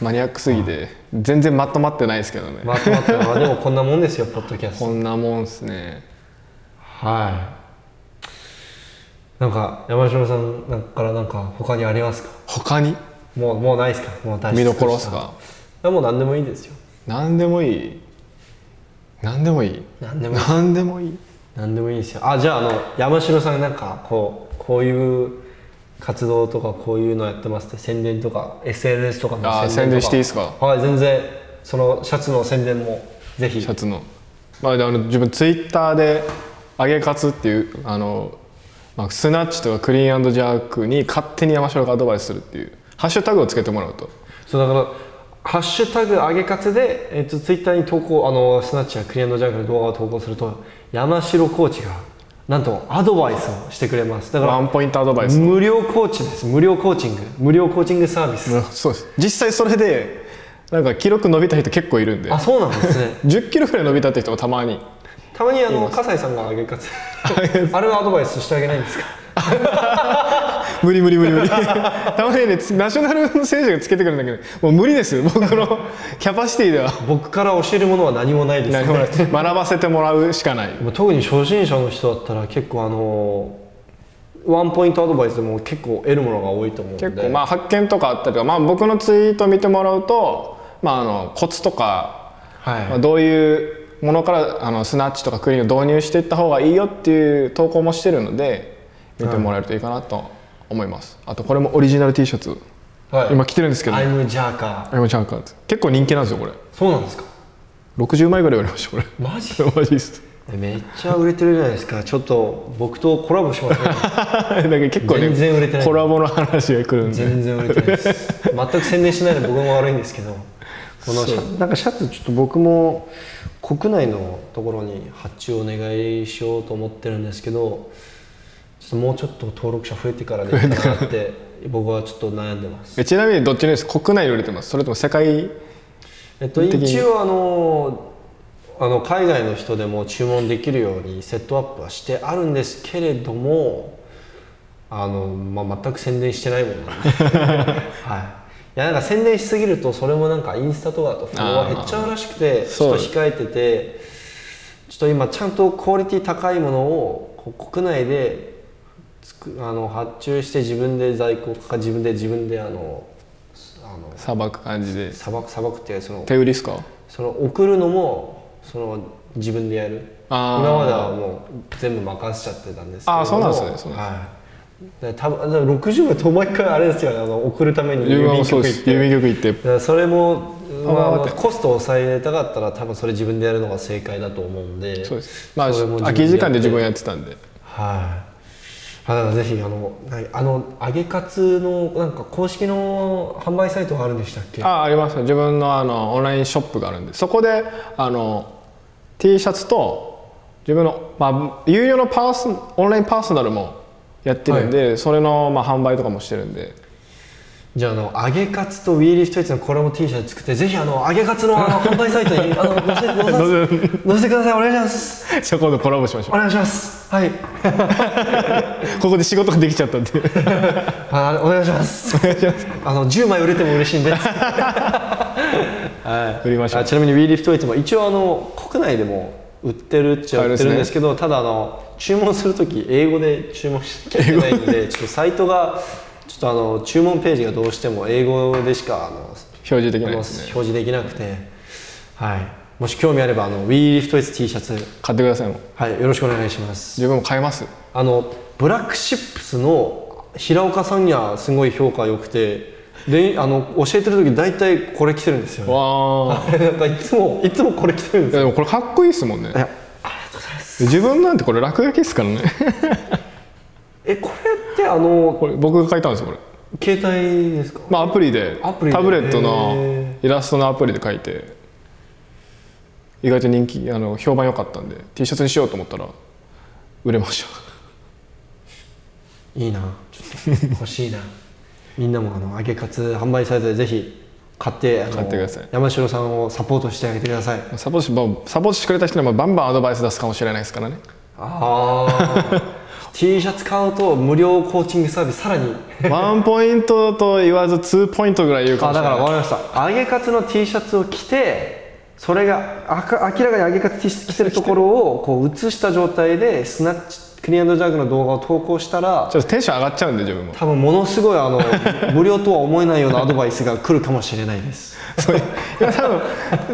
マニアックすぎて全然まとまってないですけどね、
まあ、まあ (laughs) まあでもこんなもんですよポッドキャス
こ
ト
んなもんっすね
はいなんか山城さんなんかからなんか他にありますか
他に
もうもうないですかもう大
見どころっすか
もう何でもいいですよ
何でもいい何でもいい
何でもいい
何でもいい
何でもいいですよあじゃああの山城さんなんかこうこういう活動とかこういうのやってますって宣伝とか SNS とかの
あー
とか
宣伝していいですか
はい全然そのシャツの宣伝もぜひ
シャツの,、まあ、であの自分ツイッターで「揚げカツ」っていうあの、まあ、スナッチとかクリーンジャークに勝手に山城がアドバイスするっていうハッシュタグをつけてもらうと
そうだから「ハッシュタグあげかつで」えっと、ツイッターに投稿あのスナッチやクリアンドジャンクの動画を投稿すると山城コーチがなんとアドバイスをしてくれますだか
ワ
ら
ンポイントアドバイス、
無料コーチです無料コーチング無料コーチングサービス、
(laughs) そうです実際それでなんか記録伸びた人結構いるんで
あそうなんですね
1 0キロぐらい伸びたって人もたまに
たまにあの葛西さんがあげかつあれはアドバイスしてあげないんですか
無理無理無理無理 (laughs) たまにねつナショナルの選手がつけてくるんだけどもう無理です僕のキャパシティで
(laughs)
は
僕から教えるものは何もないです
何もない学ばせてもらうしかない
もう特に初心者の人だったら結構あのワンポイントアドバイスでも結構得るものが多いと思うんで
結構まあ発見とかあったりとか、まあ、僕のツイート見てもらうと、まあ、あのコツとか、
はい、
まあ、どういうものからあのスナッチとかクリーンを導入していった方がいいよっていう投稿もしてるので見てもらえるといいかなと思います、あとこれもオリジナル T シャツ
はい、
今着てるんですけど
アイムジャーカー
I'm a Chunker 結構人気なんですよこれ
そうなんですか
60枚ぐらい売れましたこ
マジ
れマジです
めっちゃ売れてるじゃないですかちょっと僕とコラボしません
(laughs)
か
だから結構
全然売れてな
ね
い
コラボの話が来るんで
全然売れてないです全く宣伝しないの僕も悪いんですけどこのシャツなんかシャツちょっと僕も国内のところに発注お願いしようと思ってるんですけどちょっともうちょっと登録者増えてからでいいかなって僕はちょっと悩んでます
えちなみにどっちのです国内で売れてますそれとも世界
えっと、
的に
一応あのあの海外の人でも注文できるようにセットアップはしてあるんですけれどもあの、まあ、全く宣伝してないもんなんで、
(laughs)
はい、いやなんか宣伝しすぎるとそれもなんかインスタとかだとフォロワー減っちゃうらしくてち
そ
ょ
う
っと控えててちょっと今ちゃんとクオリティ高いものをこ国内でつくあの発注して自分で在庫か自分で自分であのあの
砂漠感じで
さばくさばくってその
手売りっすか
その送るのもその自分でやる
あー
今まではもう全部任せちゃってたんですけど
あーそうなんですねそう
はいで多分あの60分と毎回あれですよねあの送るために郵便
郵
局行
便局行
っ
ってて郵便局行って
だからそれも、まあ
あー
まあ
待って
コストを抑えたかったら多分それ自分でやるのが正解だと思うんで
そうですまあ
それも自分
空
でや
き
って
時間で自分やってたんで
はい、あだからぜひあのはいあの揚げカツのなんか公式の販売サイトがあるんでしたっけ
ああります自分のあのオンラインショップがあるんでそこであの T シャツと自分の、まあ、有料のパーソンオンラインパーソナルもやってるんで、それの、まあ、販売とかもしてる
(laughs)
んで
じゃああの揚げカツとウィーリーストイーツのコラボ T シャツ作ってぜひあの揚げカツのあの販売サイトにあの載せ載せ載せてくださいお願いします
じゃあ今度コラボしましょ
お願いしますはい
ここで仕事ができちゃったんで
あお願いします
お願いします
あの10枚売れても嬉しいんで
売りましょ
あ
う
ちなみにウィーリーストイーツも一応あの国内でも売ってるっちゃ売ってるんですけどただあの注文するとき英語で注文しなきゃいけないんでちょっとサイトがちょっとあの注文ページがどうしても英語でしかあの
表示できない
表
ですね
示できなくて、はい、もし興味あればあの WeLiftWith T シャツ、
買ってくださいもう
はい、よろしくお願いします
自分も買えます
あのブラックシップスの平岡さんにはすごい評価良くてであの教えてる時大体これ着てるんですよ、ね、
わあ
なん (laughs) かいつもいつもこれ着てるんです
でもこれかっこいいですもんね
よいやありがとうございます
自分なんてこれ落書きですか
(laughs)
らね
えこれってあの
これ僕が書いたんですよこれ
携帯ですか
まあアプリで
アプリで
タブレットの
へ
イラストのアプリで書いて意外と人気あの評判良かったんで T シャツにしようと思ったら売れました
(laughs) いいなちょっと欲しいなみんなもあの揚げカツ販売サイトでぜひ買ってあの
買ってください
山城さんをサポートしてあげてください
サポートしまあサポートしてくれた人にはバンバンアドバイス出すかもしれないですからね
ああ (laughs) T シャツ買うと無料コーチングサービスさらに
ワンポイントと言わずツーポイントぐらい言う
あ
かもしれ
だから
な
分
い
かりました揚げカツの T シャツを着てそれがあか明らかに揚げカツ T シャツ着てるところをこう映した状態でスナッチクリアンドジャークの動画を投稿したら
ちょっとテンション上がっちゃうんで自分も
多分ものすごいあ (laughs) の無料とは思えないようなアドバイスが来るかもしれないです
そういや多分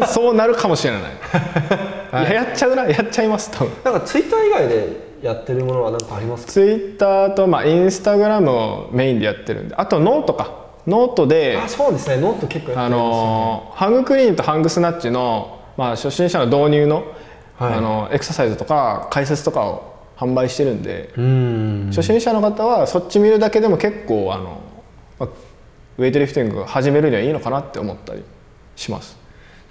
そうなるかもしれないいややっちゃうなやっちゃいます多分
なんかツイッター以外でやってるものは何かありますか
ツイッターと、まあ、インスタグラムをメインでやってるんであとノートかノートで
あそうですねノート結構やっ
あ
てるんですよ
のーハングクリーンとハングスナッチの、まあ、初心者の導入の,、
はい
あのエクササイズとか解説とかを販売してるんで、
うーん
初心者の方はそっち見るだけでも結構あの、まあウェイトリフティング始めるにはいいのかなって思ったりします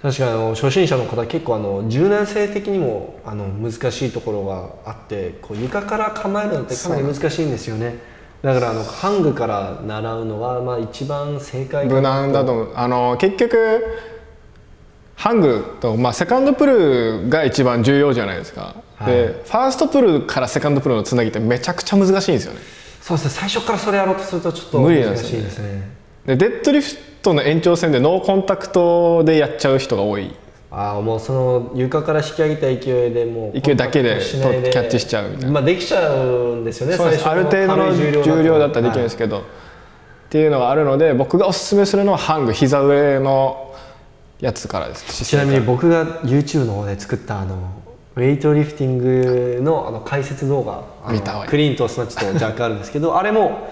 確かにあの初心者の方結構あの柔軟性的にもあの難しいところがあってこう床から構えるのってかなり難しいんですよねだからあのハングから習うのはまあ一番正解
無難だと思うあの結局ハングと、まあ、セカンドプルが一番重要じゃないですか、
はい
でファーストプルからセカンドプルのつなぎってめちゃくちゃ難しいんですよね
そうですね最初からそれやろうとするとちょっと
無理なん
難
ですよ
しいですね
でデッドリフトの延長戦でノーコンタクトでやっちゃう人が多い
ああもうその床から引き上げた勢いでもう
勢いだけ
コ
で
ンタクトしない
とキャッチしちゃうみたいな
まあできちゃうんですよね
そうです
最
ある
初
程度の
軽い
重量だったらできるん
は
で
い
すけど、っていうのがあるので僕がおすすめするのはハング膝上のやつからです
ちなみに僕が YouTube の方で作ったあのウェイトリフティングのあの解説動画あの
見た方がいい
クリーンとスナッチとジャックあるんですけ
(laughs)
どあれも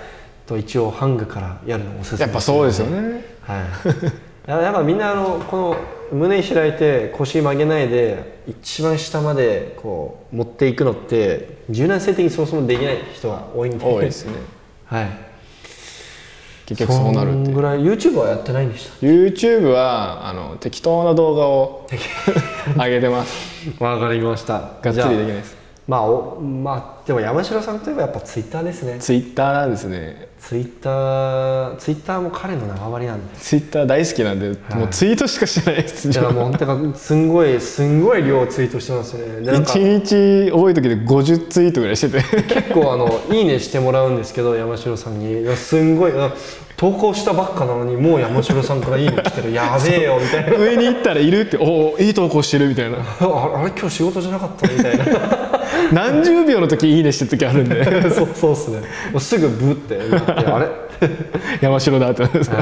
と一応ハングからやるのをおすすめ
やっぱそうですよね
はい、 (laughs) ややっぱみんなあのこの胸開いて腰曲げないで一番下までこう持っていくのって柔軟性的にそもそもできない人が多いんで
多いですね
はい
結局そうなるって
そん
いう
ぐらい YouTube はやってないんでした
YouTube はあの適当な動画 (laughs) を上げてます
わかりました
がっつりできないです
まあおまあでも山城さんといえばやっぱツイッターですね
ツイッターなんですね
ツイッターツイッターも彼の縄張りなんで
ツイッター大好きなんで、
い
もうツイートしかしてないです
じゃあもう本当にすんごいすんごい量ツイートしてますねでなんか
1日多い時で50ツイートぐらいしてて (laughs)
結構あの「いいね」してもらうんですけど山城さんにいやすんごいあ投稿したばっかなのにもう山城さんから「いいね」来てるやべえよみたいな
上に行ったらいるっておおいい投稿してるみたいな
ああれ今日仕事じゃなかったみたい (laughs) な
何十秒の時いいねしてる時あるん (laughs) で
そうそうっすねもうすぐブってなってあれ
山城だってなるんです
は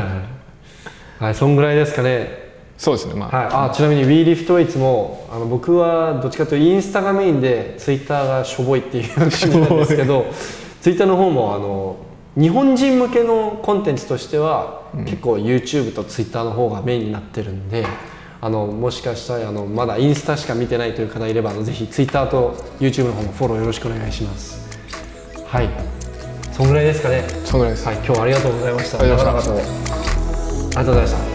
い、はい、そんぐらいですかね
そうですねまあ、
はい、あちなみに WeLiftWeights もあの僕はどっちかというとインスタがメインでツイッターがしょぼいっていう感じなんですけどツイッターの方もあの日本人向けのコンテンツとしては、結構 YouTube とツイッターの方がメインになってるんであのもしかしたらあのまだインスタしか見てないという方いればあのぜひツイッターと YouTube の方もフォローよろしくお願いしますはいそんぐらいですかね
そのぐらいです、
はい今日はありがとうございました
ありがとうございま
長々とありがとうございました